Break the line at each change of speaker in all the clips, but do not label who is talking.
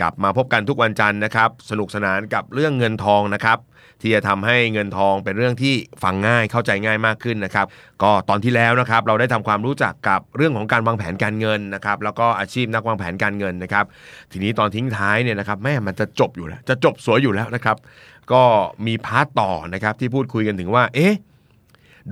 กลับมาพบกันทุกวันจันทร์นะครับ สนุกสนานกับเรื่องเงินทองนะครับ ที่จะทำให้เงินทองเป็นเรื่องที่ฟังง่ายเข้าใจง่ายมากขึ้นนะครับ ก็ตอนที่แล้วนะครับ เราได้ทำความรู้จักกับเรื่องของการวางแผนการเงินนะครับ แล้วก็อาชีพนักวางแผนการเงินนะครับ ทีนี้ตอนทิ้งท้ายเนี่ยนะครับแม่มันจะจบอยู่แล้วจะจบสวยอยู่แล้วนะครับ ก็มีพาร์ตต่อนะครับที่พูดคุยกันถึงว่า เอ๊ะ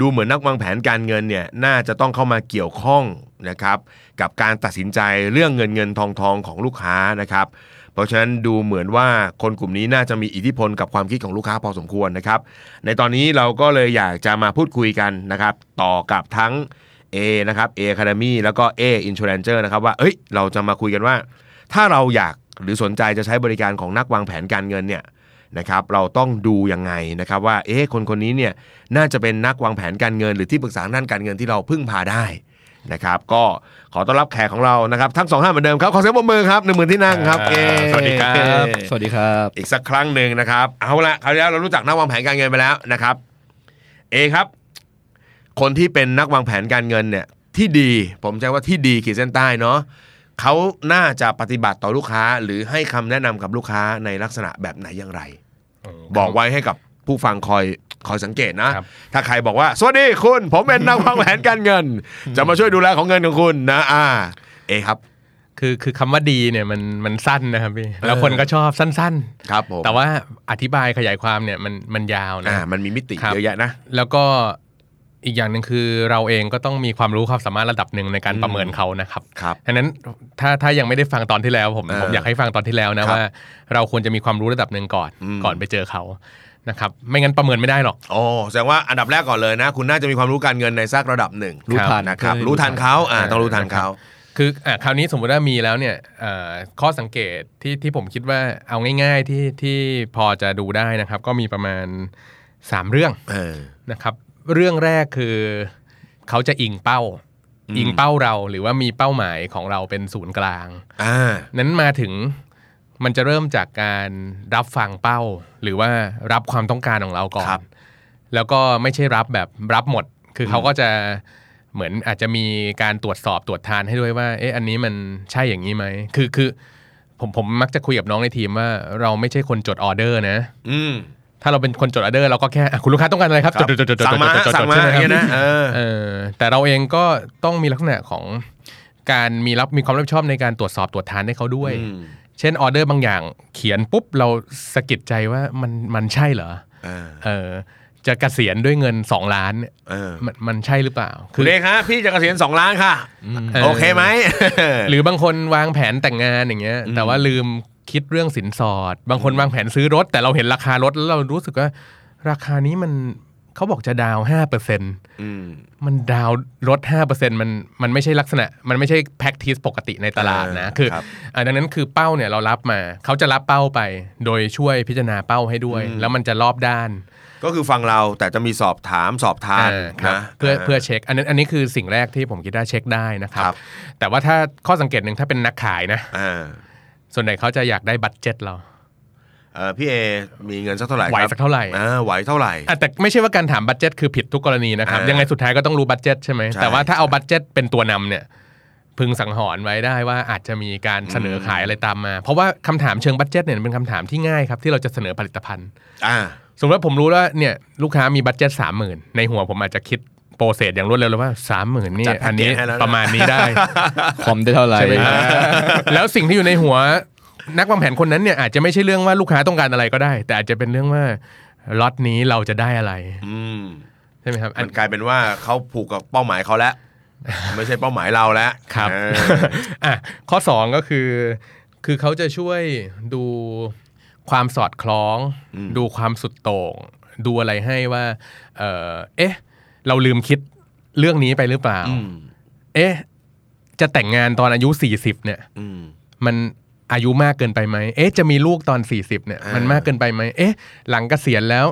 ดูเหมือนนักวางแผนการเงินเนี่ยน่าจะต้องเข้ามาเกี่ยวข้องนะครับกับการตัดสินใจเรื่องเงินเงินทองทองของลูกค้านะครับ เพราะฉะนั้นดูเหมือนว่าคนกลุ่มนี้น่าจะมีอิทธิพลกับความคิดของลูกค้าพอสมควรนะครับ ในตอนนี้เราก็เลยอยากจะมาพูดคุยกันนะครับต่อกับทั้ง A นะครับ A Academy แล้วก็ A Insurancer นะครับว่าเอ้ยเราจะมาคุยกันว่า ถ้าเราอยากหรือสนใจจะใช้บริการของนักวางแผนการเงินเนี่ย นะครับเราต้องดูยังไงนะครับว่าเอ๊ะคนคนนี้เนี่ยน่าจะเป็นนักวางแผนการเงิน หรือที่ปรึกษาด้านการเงินที่เราพึ่งพาได้นะครับ ก็ขอต้อนรับแขกของเรานะครับ ทั้งสองท่านเหมือนเดิมครับ ขอเสียงปรบมือครับหนึ่งหมื่นที่นั่งครับเย้
สวัสดีครับ สวัสดีครับ
อีกสักครั้งหนึ่งนะครับ เอาละคราวที่แล้วเรารู้จักนักวางแผนการเงินไปแล้วนะครับ เอครับ คนที่เป็นนักวางแผนการเงินเนี่ยที่ดีผมใช้ว่าที่ดีขีดเส้นใต้เนาะเขาน่าจะปฏิบัติต่อลูกค้า หรือให้คำแนะนำกับลูกค้าในลักษณะแบบไหนอย่างไร บอกไว้ให้กับผู้ฟังคอยคอยสังเกตนะ
ครับ
ถ้าใครบอกว่า สวัสดีคุณ ผมเป็นนักวางแผนการเงิน จะมาช่วยดูแลของเงินของคุณนะ อ่า เอครับ
คือคือคำว่าดีเนี่ยมันมันสั้นนะครับพี่แล้วคนก็ชอบสั้น
ครับผม
ๆ แต่ว่าอธิบายขยายความเนี่ยมันมันยาวนะ
อ่า มันมีมิติ
ครับ
เยอะแยะนะ
แล้วก็อีกอย่างหนึ่งคือเราเองก็ต้องมีความรู้ความสามารถระดับหนึ่งในการ
อืม
ประเมินเขานะครับ
ครับ
ดังนั้นถ้าถ้ายังไม่ได้ฟังตอนที่แล้วผม
เออ
ผมอยากให้ฟังตอนที่แล้วนะครับ ว่า เราควรจะมีความรู้ระดับหนึ่งก่อน
อืม
ก่อนไปเจอเขานะครับไม่งั้นประเมินไม่ได้หรอก
โอ้แสดงว่าอันดับแรกก่อนเลยนะ คุณน่าจะมีความรู้การเงินในสักระดับหนึ่ง
รู้ทัน
นะครับ รู้ทันเขาอ่า ต้องรู้ทันเขา
คืออ่ะคราวนี้สมมุติว่ามีแล้วเนี่ยเอ่อข้อสังเกตที่ที่ผมคิดว่าเอาง่าย ๆที่ที่พอจะดูได้นะครับ ก็มีประมาณ 3 เรื่อง
เออ
นะครับ เรื่องแรกคือ เขาจะอิงเป้า
อืม
อิงเป้าเราหรือว่ามีเป้าหมายของเราเป็นศูนย์กลาง
อ่า
นั้นมาถึงมันจะเริ่มจากการรับฟังเป้า หรือว่ารับความต้องการของเราก่อน
ครับ
แล้วก็ไม่ใช่รับแบบรับหมด คือเขาก็จะเหมือนอาจจะมีการตรวจสอบตรวจทานให้ด้วยว่า เอ๊ะอันนี้มันใช่อย่างนี้ไหมคือคือผมผมมักจะคุยกับน้องในทีมว่าเราไม่ใช่คนจดออเดอร์นะ
อืม
ถ้าเราเป็นคนจดออเดอร์เราก็แค่อ่ะคุณลูกค้าต้องการอะไรครับ
ครั
จ
บ
ดจดจดจดจด
สั่งมา
จดจด
สั่งมา
ใช่ไห
อย่าง
ค
เงี้
รั
ย
บ
นะเออ
เออแต่เราเองก็ต้องมีลักษณะของการมีรับมีความรับผิดชอบในการตรวจสอบตรวจทานให้เขาด้วย
อืม
เช่นออเดอร์บางอย่างเขียนปุ๊บเราสะกิดใจว่ามันมันใช่เหรอ
อ่า
เออจะเกษียณด้วยเงิน 2 ล้านเนี่ย
เออ
มันมันใช่หรือเปล่าคื
คุณ
อ
เอครับพี่จะเกษียณสองล้านค่ะ โอเคไหม
หรือบางคนวางแผนแต่งงานอย่างเงี้ย แต่ว่าลืมคิดเรื่องสินสอด บางคนวางแผนซื้อรถ แต่เราเห็นราคารถแล้วเรารู้สึกว่า ราคานี้มันเขาบอกจะดาวห้าเปอร์เซ็นต์
อืม
มันดาวลด5%มันมันไม่ใช่ลักษณะ มันไม่ใช่ practice ปกติในตลาดนะ
อ่า
คือ
ครับ
อ่าดังนั้นคือเป้าเนี่ยเรารับมา เขาจะรับเป้าไป โดยช่วยพิจารณาเป้าให้ด้วย
อืม
แล้วมันจะรอบด้าน
ก็คือฟังเราแต่จะมีสอบถามสอบทาน
อ่าครับ
นะ
เพื่อเพื่อเช็ค อันนั้นอันนี้คือสิ่งแรกที่ผมคิดว่าเช็คได้นะครับ
ครับ
แต่ว่าถ้าข้อสังเกตหนึ่งถ้าเป็นนักขายนะ
อ่า
ส่วนใหญ่เขาจะอยากได้บัตเจ็ตเรา
เอ่อพี่เอมีเงินสักเท่าไหร่
ไหว
ครับ
สักเท่าไหร่
อ่าไหวเท่าไหร่
อ่ะแต่ไม่ใช่ว่าการถามบัตเจ็ตคือผิดทุกกรณีนะครับ
อ่ายั
ยังไงสุดท้ายก็ต้องรู้บัตเจ็ตใช่ไหม
ใช่
แต่ว่าถ้าเอาบัตเจ็ตเป็นตัวนำเนี่ยพึงสังหรณ์ไว้ได้ว่าอาจจะมีการเสนอขายอะไรตามมา เพราะว่าคำถามเชิงบัตเจ็ตเนี่ยเป็นคำถามที่ง่ายครับที่เราจะเสนอผลิตภัณฑ์
อ่า
สมมติว่าผมรู้ว่าเนี่ยลูกค้ามีบัตเจ็ตสามหมื่นในหัวผมอาจจะคิดโปรเซสอย่างรวดเร็วเลยว่าสามหมื่นนี่
จัดแพ็
อั
ก
น
เกจ
นี้
ให้แล้วนะ
ประมาณนี้ได้
คอมได้เท่าไหร่
ใช่ไหมครับแล้วสิ่งที่อยู่ในหัวนักวางแผนคนนั้นเนี่ยอาจจะไม่ใช่เรื่องว่าลูกค้าต้องการอะไรก็ได้ แต่อาจจะเป็นเรื่องว่าล็อตนี้เราจะได้อะไร
อืม
ใช่ไหมครับอั
มัน นกลายเป็นว่าเขาผูกกับเป้าหมายเขาแล้ว ไม่ใช่เป้าหมายเราแล้ว
ครับ
เออ
อ่ะข้อ 2 ก็คือ คือเขาจะช่วยดูความสอดคล้อง
อืม
ดูความสุดโต่ง ดูอะไรให้ว่าเอ่อเอ๊ะ เราลืมคิดเรื่องนี้ไปหรือเปล่า
อืม
เอ๊ะ จะแต่งงานตอนอายุ 40เนี่ย
อืม
มัน อายุมากเกินไปไหมเอ๊ะจะมีลูกตอน 40เนี่ยมันมากเกินไปไหมเอ๊ะหลังเกษียณแล้ว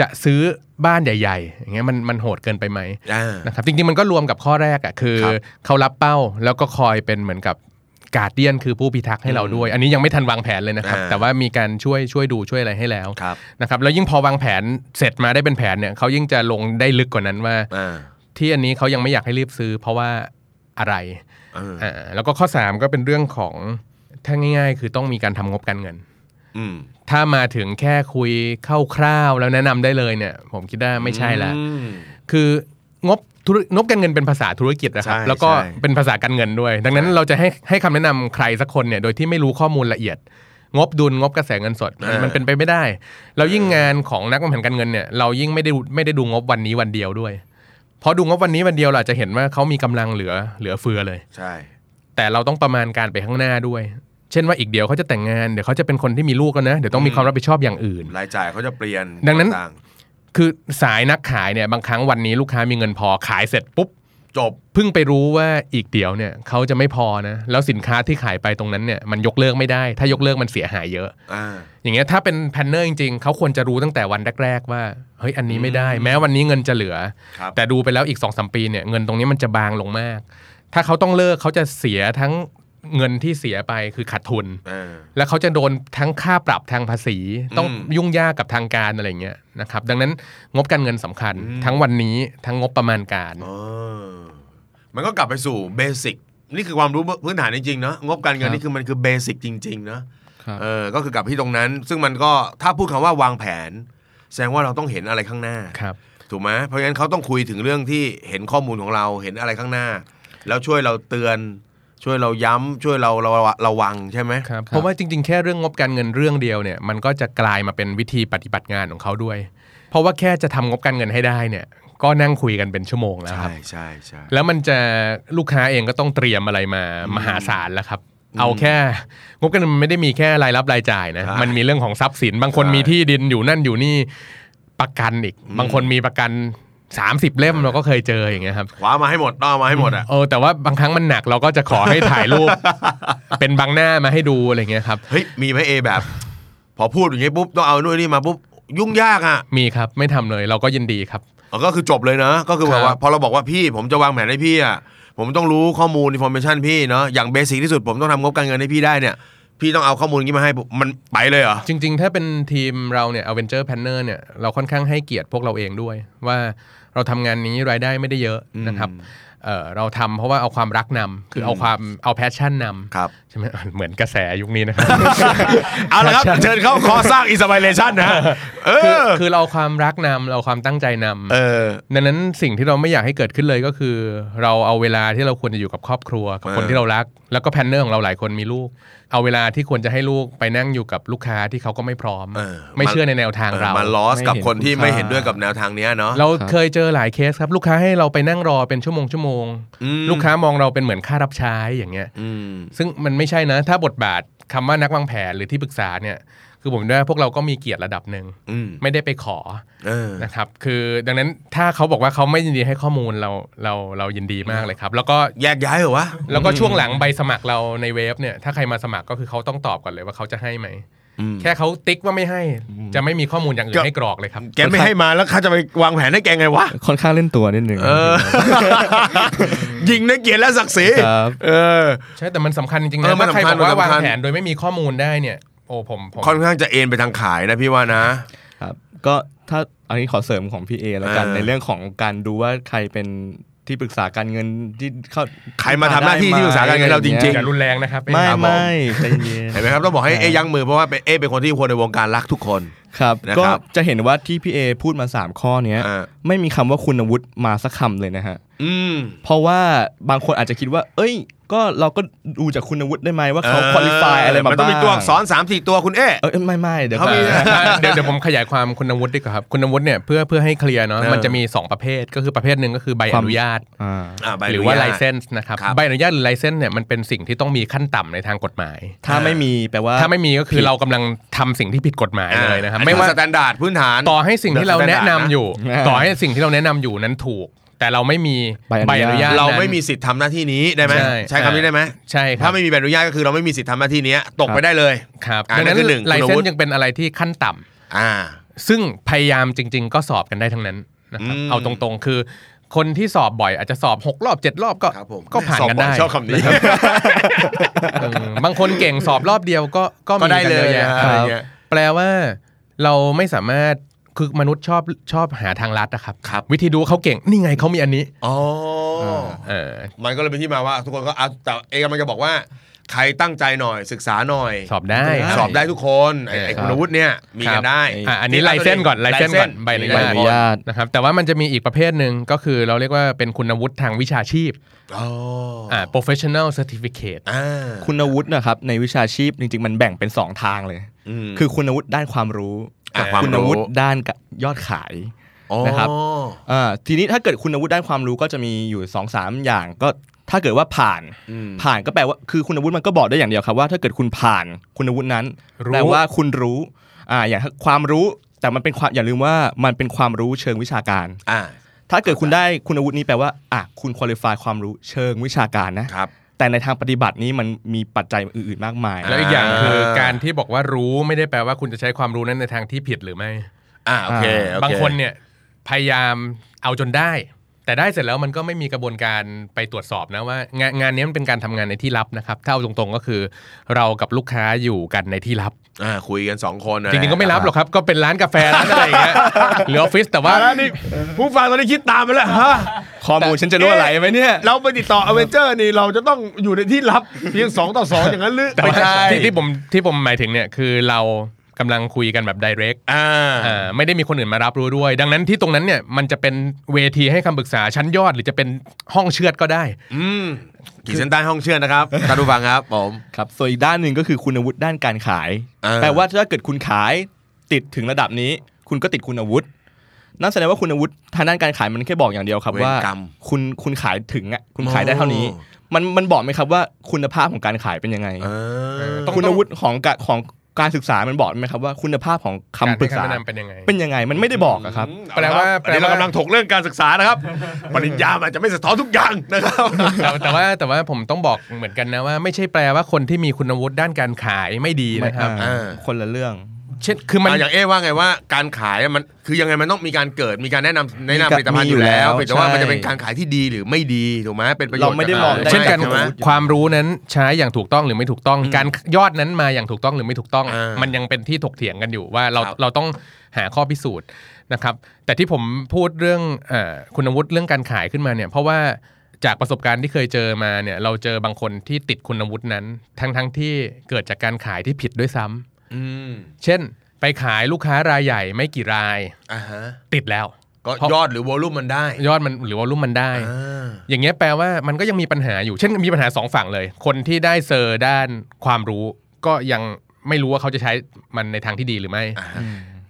จะซื้อบ้านใหญ่ ๆ อย่างเงี้ยมันมันโหดเกินไปไหม
อ่า
นะครับจริงๆมันก็รวมกับข้อแรกอ่ะคือ
ครับ
เขารับเป้าแล้วก็คอยเป็นเหมือนกับการเดียนคือผู้พิทักษ์ให้เราด้วย อันนี้ยังไม่ทันวางแผนเลยนะครับ
อ่า
แต่ว่ามีการช่วยช่วยดูช่วยอะไรให้แล้ว
ครับ
นะครับแล้วยิ่งพอวางแผนเสร็จมาได้เป็นแผนเนี่ยเขายิ่งจะลงได้ลึกกว่านั้นว่า
อ่า
ที่อันนี้เขายังไม่อยากให้รีบซื้อ เพราะว่าอะไร
เออ
อ่าแล้วก็ข้อ 3 ก็เป็นเรื่องของถ้าง่าย ๆ คือต้องมีการทำงบการเงิน
อืม
ถ้ามาถึงแค่คุยคร่าวๆแล้วแนะนำได้เลยเนี่ย ผมคิดว่าไม่ใช่ละ
อืม
คืองบธุรงบการเงินเป็นภาษาธุรกิจนะครับ
ใช่
แล้วก็
ใช่
เป็นภาษาการเงินด้วย ดังนั้น
ใช่
เราจะให้ให้คำแนะนำใครสักคนเนี่ยโดยที่ไม่รู้ข้อมูลละเอียด งบดุลงบกระแสเงินสดมัน
อ่ามั
มันเป็นไปไม่ได้ แล้วยิ่งงานของนักวางแผนการเงินเนี่ยเรายิ่งไม่ได้ดูไม่ได้ดูงบวันนี้วันเดียวด้วยเพราะดูงบวันนี้วันเดียวเราอาจจะเห็นว่าเขามีกำลังเหลือเหลือเฟือเลย
ใช่
แต่เราต้องประมาณการไปข้างหน้าด้วย เช่นว่าอีกเดี๋ยวเขาจะแต่งงานเดี๋ยวเขาจะเป็นคนที่มีลูกแล้วนะเดี๋ยวต้องมีความรับผิดชอบอย่างอื่น
รายจ่ายเขาจะเปลี่ยน
ดังนั้น
ต่า
คือสายนักขายเนี่ยบางครั้งวันนี้ลูกค้ามีเงินพอขายเสร็จปุ๊บ
ๆจบ
เพิ่งไปรู้ว่าอีกเดี๋ยวเนี่ยเขาจะไม่พอนะแล้วสินค้าที่ขายไปตรงนั้นเนี่ยมันยกเลิกไม่ได้ ถ้ายกเลิกมันเสียหายเยอะ
อ่า
อย่างเงี้ยถ้าเป็นแพลนเนอร์จริงๆเขาควรจะรู้ตั้งแต่วันแรก ๆ ว่าเฮ้ยอันนี้ไม่ได้ แม้วันนี้เงินจะเหลือ
ครับ
แต่ดูไปแล้วอีก2อสปีเนี่ยเงินตรงนี้มันจะบางลงมาก ถ้าเขาต้องเลิกเขาจะเสียทั้งเงินที่เสียไปคือขาดทุน
อ่า
แล้วเขาจะโดนทั้งค่าปรับทางภาษี ต้อง
อืม
ยุ่งยากกับทางการอะไรเงี้ยนะครับดังนั้นงบการเงินสำคัญ
อืม
ทั้งวันนี้ทั้งงบประมาณการ
อ๋อมันก็กลับไปสู่เบสิกนี่คือความรู้พื้นฐานจริงๆเนาะงบการเงิ
ครั
น
บ
นี่คือมันคือเบสิกจริงๆเนาะเออก็คือกลับที่ตรงนั้น ซึ่งมันก็ถ้าพูดคำว่าวางแผน แสดงว่าเราต้องเห็นอะไรข้างหน้า
ครับ
ถูกไหมเพราะงั้นเขาต้องคุยถึงเรื่องที่เห็นข้อมูลของเราเห็นอะไรข้างหน้า แล้วช่วยเราเตือน ช่วยเราย้ำช่วยเราเราระวังใช่ไหม
ครับเพราะว่าจริงๆ แค่เรื่องงบการเงินเรื่องเดียวเนี่ยมันก็จะกลายมาเป็นวิธีปฏิบัติงานของเขาด้วย เพราะว่าแค่จะทำงบการเงินให้ได้เนี่ยก็นั่งคุยกันเป็นชั่วโมงแล้วค
ใช่
รับ
ใช่ใช่
แล้วมันจะลูกค้าเองก็ต้องเตรียมอะไรมามหาศาลแล้วครับ เอาแค่งบการเงินมันไม่ได้มีแค่รายรับรายจ่ายนะมันมีเรื่องของทรัพย์สิน บางคนมีที่ดินอยู่นั่นอยู่นี่ประกันอีก บางคนมีประกัน 30 เล่มเราก็เคยเจออย่างเงี้ยครับ
ขวามาให้หมดต้อมาให้หมดอ่ะ
เออแต่ว่าบางครั้งมันหนักเราก็จะขอให้ถ่ายรูป เป็นบางหน้ามาให้ดูอะไรเงี้ยครับ
เฮ้ยมีไหมเอแบบ พอพูดอย่างงี้ปุ๊บต้องเอานู่นนี่มาปุ๊บยุ่งยากอ่ะ
มีครับ ไม่ทำเลยเราก็ยินดีครับ
อ๋อก็คือจบเลยนะ ก็คือแบบ
ครั
ว่า
บ
พอเราบอกว่าพี่ผมจะวางแผนให้พี่อ่ะผมต้องรู้ข้อมูลอินโฟมชันพี่เนาะอย่างเบสิกที่สุดผมต้องทำงบการเงินให้พี่ได้เนี่ย พี่ต้องเอาข้อมูลนี้มาให้ผมมันไปเลยเหรอ
จริง ๆ ถ้าเป็นทีมเราเนี่ย Avenger Planner เนี่ยเราค่อนข้างให้เกียรติพวกเราเองด้วย ว่าเราทำงานนี้รายได้ไม่ได้เยอะนะครับเออเราทำเพราะว่าเอาความรักนำคือเอาความเอาแพชชั่นนำ
ครับ
ใช่ไหม เหมือนกระแสยุคนี้นะครับ
เอาละครับ
Passion
เชิญเข้าคอสร้างอินสปิเรชันนะเอ
คือ
อ
คือเราเอาความรักนำเราเอาความตั้งใจนำ
เออ
ดังนั้นสิ่งที่เราไม่อยากให้เกิดขึ้นเลยก็คือ เราเอาเวลาที่เราควรจะอยู่กับครอบครัวกับคน
เออ
ที่เรารัก แล้วก็แพนเนอร์ของเราหลายคนมีลูก เอาเวลาที่ควรจะให้ลูกไปนั่งอยู่กับลูกค้าที่เขาก็ไม่พร้อม
เออ
ไม่เชื่อในแนวทางเรา
มาลอสกับคนที่ไม่
ไม่เห็
เห็น
นคุณค่า
ด้วยกับแนวทางเนี้ยเนาะ
เราเคยเจอหลายเคสครับ ลูกค้าให้เราไปนั่งรอเป็นชั่วโมงชั่วโมง
อืม
ลูกค้ามองเราเป็นเหมือนค่ารับใช้อย่างเงี้ย
อืม
ซึ่งมันไม่ใช่นะ ถ้าบทบาทคำว่านักวางแผนหรือที่ปรึกษาเนี่ยคือผมว่าพวกเราก็มีเกียรติระดับหนึ่ง
อืม
ไม่ได้ไปขอ
เออ
นะครับคือดังนั้นถ้าเขาบอกว่าเขาไม่ยินดีให้ข้อมูลเราเราเรายินดีมากเลยครับ แล้วก็
แยกย้ายเหรอวะ
แล้วก็ช่วงหลังใบสมัครเราในเว็บเนี่ยถ้าใครมาสมัครก็คือเขาต้องตอบก่อนเลยว่าเขาจะให้ไหม
อืม
แค่เขาติ๊กว่าไม่ให้จะไม่มีข้อมูลอย่างอื่นให้กรอกเลยครับ
แกไม่ให้มาแล้วข้าจะไปวางแผนให้แกไงวะ
ค่อนข้างเล่นตัวนิดหนึ่ง
เออ ยิงในเกียรติและศักดิ์ศรี
ครับ
เออ
ใช่แต่มันสำคัญจริงๆ
เอ
นะ
อมัน
ถ้าใคร
สำคัญ
บอกว่าวาง
มันสำคัญ
แผนโดยไม่มีข้อมูลได้เนี่ยโอ้ผมผม
ค่อนข้างจะเอ็นไปทางขายนะพี่ว่านะ
ครับก็ถ้าอันนี้ขอเสริมของพี่เอแล้วกัน
เออ
ในเรื่องของการดูว่าใครเป็นที่ปรึกษาการเงินที่เข้า
ใครมาทำหน้าที่ที่ปรึกษาการเงินเราจริง
อย่ารุนแรงนะครับ
ไม่
ครับผ
ไม่ใจเย็น
ๆ เห็นไหมครับต้องบอกให้เอยั้งมือเพราะว่าเป็นเอเป็นคนที่คนในวงการรักทุกคน
ครับ
นะครับ
ก็จะเห็นว่าที่พี่เอพูดมา 3 ข้อเนี้ย
อ่า
ไม่มีคำว่าคุณวุฒิมาสักคำเลยนะฮะ
อืม
เพราะว่าบางคนอาจจะคิดว่า เอ้ย ก็เราก็ดูจากคุณวุฒิได้ไหมว่าเขา
เออ
คุริฟายอะไรมาบ้าง
มันต้องมีตัวอักษรสามสี่ตัวคุณเอ๊ะ
เอยไม่ไม่เดี๋ยวก่อน
เขามี
เดี๋ยวเดี๋ยวผมขยายความคุณวุฒิดีกว่าครับคุณวุฒิเนี่ยเพื่อเพื่อให้เคลียร์เนาะ
เออ
มันจะมีสองประเภทก็คือประเภทหนึ่งก็คือใบ
ค
อ
วาม
นุญาต
อ่า
อ่ะใบ
ห
นุ
รื
ญ
อ
ต
ว่า license นะครับ
ครับ
ใบอนุญาตหรือ license เนี่ยมันเป็นสิ่งที่ต้องมีขั้นต่ำในทางกฎหมาย
ถ้าไม่มีแปลว่า
ถ้าไม่มีก็คือเรากำลังทำสิ่งที่ผิดกฎหมาย
อ่
เลยนะครับ
อั
ไม่ว่า
สแตนดาร์ดพื้นฐาน
ต่อให้สิ่งที่เราแนะนำอยู่
อ่า
ต่อให้สิ่งที่เราแนะนำอยู่นั้นถูก แต่เราไม่มี
ใบอนุญาต
นั้น
เราไม่มีสิทธิ์ทำหน้าที่นี้ได้ไหม
ใช่
ใช้คำนี้ได้ไหม
ใช่ครับ
ถ้าไม่มีใบอนุญาตก็คือเราไม่มีสิทธิ์ทำหน้าที่เนี้ยตกไปได้เลย
ครับ
อ่า
ดังนั้น
นั่นคือหนึ่ง
ไล
คุณ
เซน
วุฒิ
ส์ยังเป็นอะไรที่ขั้นต่ำ
อ่า
ซึ่งพยายามจริง ๆ ก็สอบกันได้ทั้งนั้นนะครับ
อืม
เอาตรงๆ คือคนที่สอบบ่อยอาจจะสอบ 6 รอบ 7 รอบก็
ครับผม
ก็ผ่านกันได้
ชอบคำนี้
เออบางคนเก่งสอบรอบเดียวก็ก็
ก็
มี
ได้
กัน
เลย
อะแะ
นะ
ค
อะไร
รับ
เงี้ย
แปลว่าเราไม่สามารถคือมนุษย์ชอบชอบหาทางลัดนะครับ
ครับ
วิธีดูเขาเก่งนี่ไงเขามีอันนี้
อ๋ออ
เออ
มันก็เลยเป็นที่มาว่า ทุกคนก็อ่ะแต่เอกมันจะบอกว่า ใครตั้งใจหน่อยศึกษาหน่อย
สอบได้
สอบได้ทุกคนไอ้
เออ
ไอ้คุณวุฒิเนี่ยมี
ครั
กับ นได้
อ่ะอันนี้ไลเซนส์ก่อนไลเซนส์ก่อนใบอนุ
ใบ
ญา
อ
ต
นุญาต
นะครับแต่ว่ามันจะมีอีกประเภทหนึ่งก็คือเราเรียกว่าเป็นคุณวุฒิทางวิชาชีพ
อ๋อ
อ่า professional certificate
อ่า
คุณวุฒินะครับในวิชาชีพจริง ๆ มันแบ่งเป็นสองทางเลย
ม
คือคุณวุฒิด้านความรู้
อ่ะ
กับ
ความรู้
คุณวุฒิด้านยอดขาย นะครับ
อ๋อ
อ่าทีนี้ถ้าเกิดคุณวุฒิด้านความรู้ก็จะมีอยู่2อสามอย่าง ก็ถ้าเกิดว่าผ่าน
อืม
ผ่านก็แปลว่าคือคุณวุฒิมันก็บอกได้อย่างเดียวครับว่าถ้าเกิดคุณผ่านคุณวุฒินั้น
รู้
แปลว่าคุณรู้อ่าอย่างความรู้แต่มันเป็นความอย่าลืมว่ามันเป็นความรู้เชิงวิชาการ
อ่า
ถ้าเกิดคุณได้คุณวุฒินี้แปลว่าอ่ะคุณคุริฟายความรู้เชิงวิชาการนะ
ครับ
แต่ในทางปฏิบัตินี้มันมีปัจจัยอื่นๆมากมาย
แล้วอีกอย่าง
อ่า
คือการที่บอกว่ารู้ไม่ได้แปลว่าคุณจะใช้ความรู้นั้นในทางที่ผิดหรือไม่
อ่าโอเคโอเ
บางคนเนี่ยพยายามเอาจนได้ แต่ได้เสร็จแล้วมันก็ไม่มีกระบวนการไปตรวจสอบนะว่างานงานนี้มันเป็นการทำงานในที่ลับนะครับถ้าเอาตรงๆก็คือ เรากับลูกค้าอยู่กันในที่ลับ
อ่าคุยกันสองคนนะ
จริงๆก็ไม่ลับหรอกครับก็เป็นร้านกาแฟร้านอะไรอย่างเงี้ยหรือออฟฟิศแต่ว่า
แล้วนี่ผู้ฟังตอนนี้คิดตามไปแล้วฮะ
ข้อมูลฉันจะรั่วไหลไหมเนี่ย
เราไปติดต่ออเวนเจอร์นี่เราจะต้องอยู่ในที่ลับเพียงสองต่อสองอย่างนั้นหรือ
แต่ว่าที่ที่ผมที่ผมหมายถึงเนี่ยคือเรากำลังคุยกันแบบ direct
อ่า
เอ่อไม่ได้มีคนอื่นมารับรู้ด้วย ดังนั้นที่ตรงนั้นเนี่ยมันจะเป็นเวทีให้คำปรึกษาชั้นยอดหรือจะเป็นห้องเชือดก็ได้
อืมขีดเส้นใต้ห้องเชื่อนะครับท่านผู้ฟังครับผม
ครับส่วนอีกด้านหนึ่งก็คือคุณวุฒิด้านการขาย
อ่า
แปลว่าถ้าเกิดคุณขายติดถึงระดับนี้ คุณก็ติดคุณวุฒินั่นแสดงว่าคุณวุฒิทางด้านการขายมันแค่บอกอย่างเดียวครับ
เวร
ว่าก
รรม
คุณคุณขายถึงอ่ะคุณขายได้เท่านี้
โอ้
มันมันบอกไหมครับว่าคุณภาพของการขายเป็นยังไง
เออ
ต้อง
คุณวุฒิของกะของการศึกษามันบอกไหมครับว่าคุณภาพของคำปรึกษา
แนะนำเป็น ยังไง
เป็นยังไงมันไม่ได้บอกอะครับ
แป
แป
ล
ล
ว่า
ว่า
อันนี้
แปล
เรา
ว่า
กำลังถกเรื่องการศึกษา นะครับ ปริญญามันอาจจะไม่สะท้อนทุกอย่างนะครับ
แต่แต่ว่าแต่ว่าผมต้องบอกเหมือนกันนะว่าไม่ใช่แปลว่าคนที่มีคุณวุฒิด้านการขายไม่ดีนะครับ
ไม่
อ่า
อ่าคนละเรื่อง
เช่นคือมัน
อ่ะอย่างเอ้ว่าไงว่าการขายมันคือยังไงมันต้องมีการเกิดมีการแนะนำแนะนำผลิตภัณฑ์อยู่แล้ว
มี
เพีย
อ
ง
ยู่แล้ว
แต่ว่า
ใช่
มันจะเป็นการขายที่ดีหรือไม่ดีถูกไหมเป็นประโยชน์
เราไม่ได้มองได้
เช่นกัน
ใช่ไหม
ความรู้นั้นใช้อย่างถูกต้องหรือไม่ถูกต้อง การยอดนั้นมาอย่างถูกต้องหรือไม่ถูกต้อง
อ่ามั
มันยังเป็นที่ถกเถียงกันอยู่ว่าเรา
ครับ
เราต้องหาข้อพิสูจน์นะครับ แต่ที่ผมพูดเรื่องเออคุณวุฒิเรื่องการขายขึ้นมาเนี่ยเพราะว่าจากประสบการณ์ที่เคยเจอมาเนี่ยเราเจอบางคนที่ติดคุณวุฒินั้น ทั้งทั้งที่เกิดจากการขายที่ผิดด้วยซ้ำเช่น ไปขายลูกค้ารายใหญ่ไม่กี่ราย
อ่าฮะ
ติดแล้ว
ก็
เพราะ
ยอดหรือวอลลุ่มมันได้
ยอดมันหรือว่ารุ่มมันได้
อ่า
อย่างเงี้ยแปลว่ามันก็ยังมีปัญหาอยู่ เช่นมีปัญหาสองฝั่งเลย คนที่ได้เซอร์ด้านความรู้ ก็ยังไม่รู้ว่าเขาจะใช้มันในทางที่ดีหรือไม่
อ่าฮะ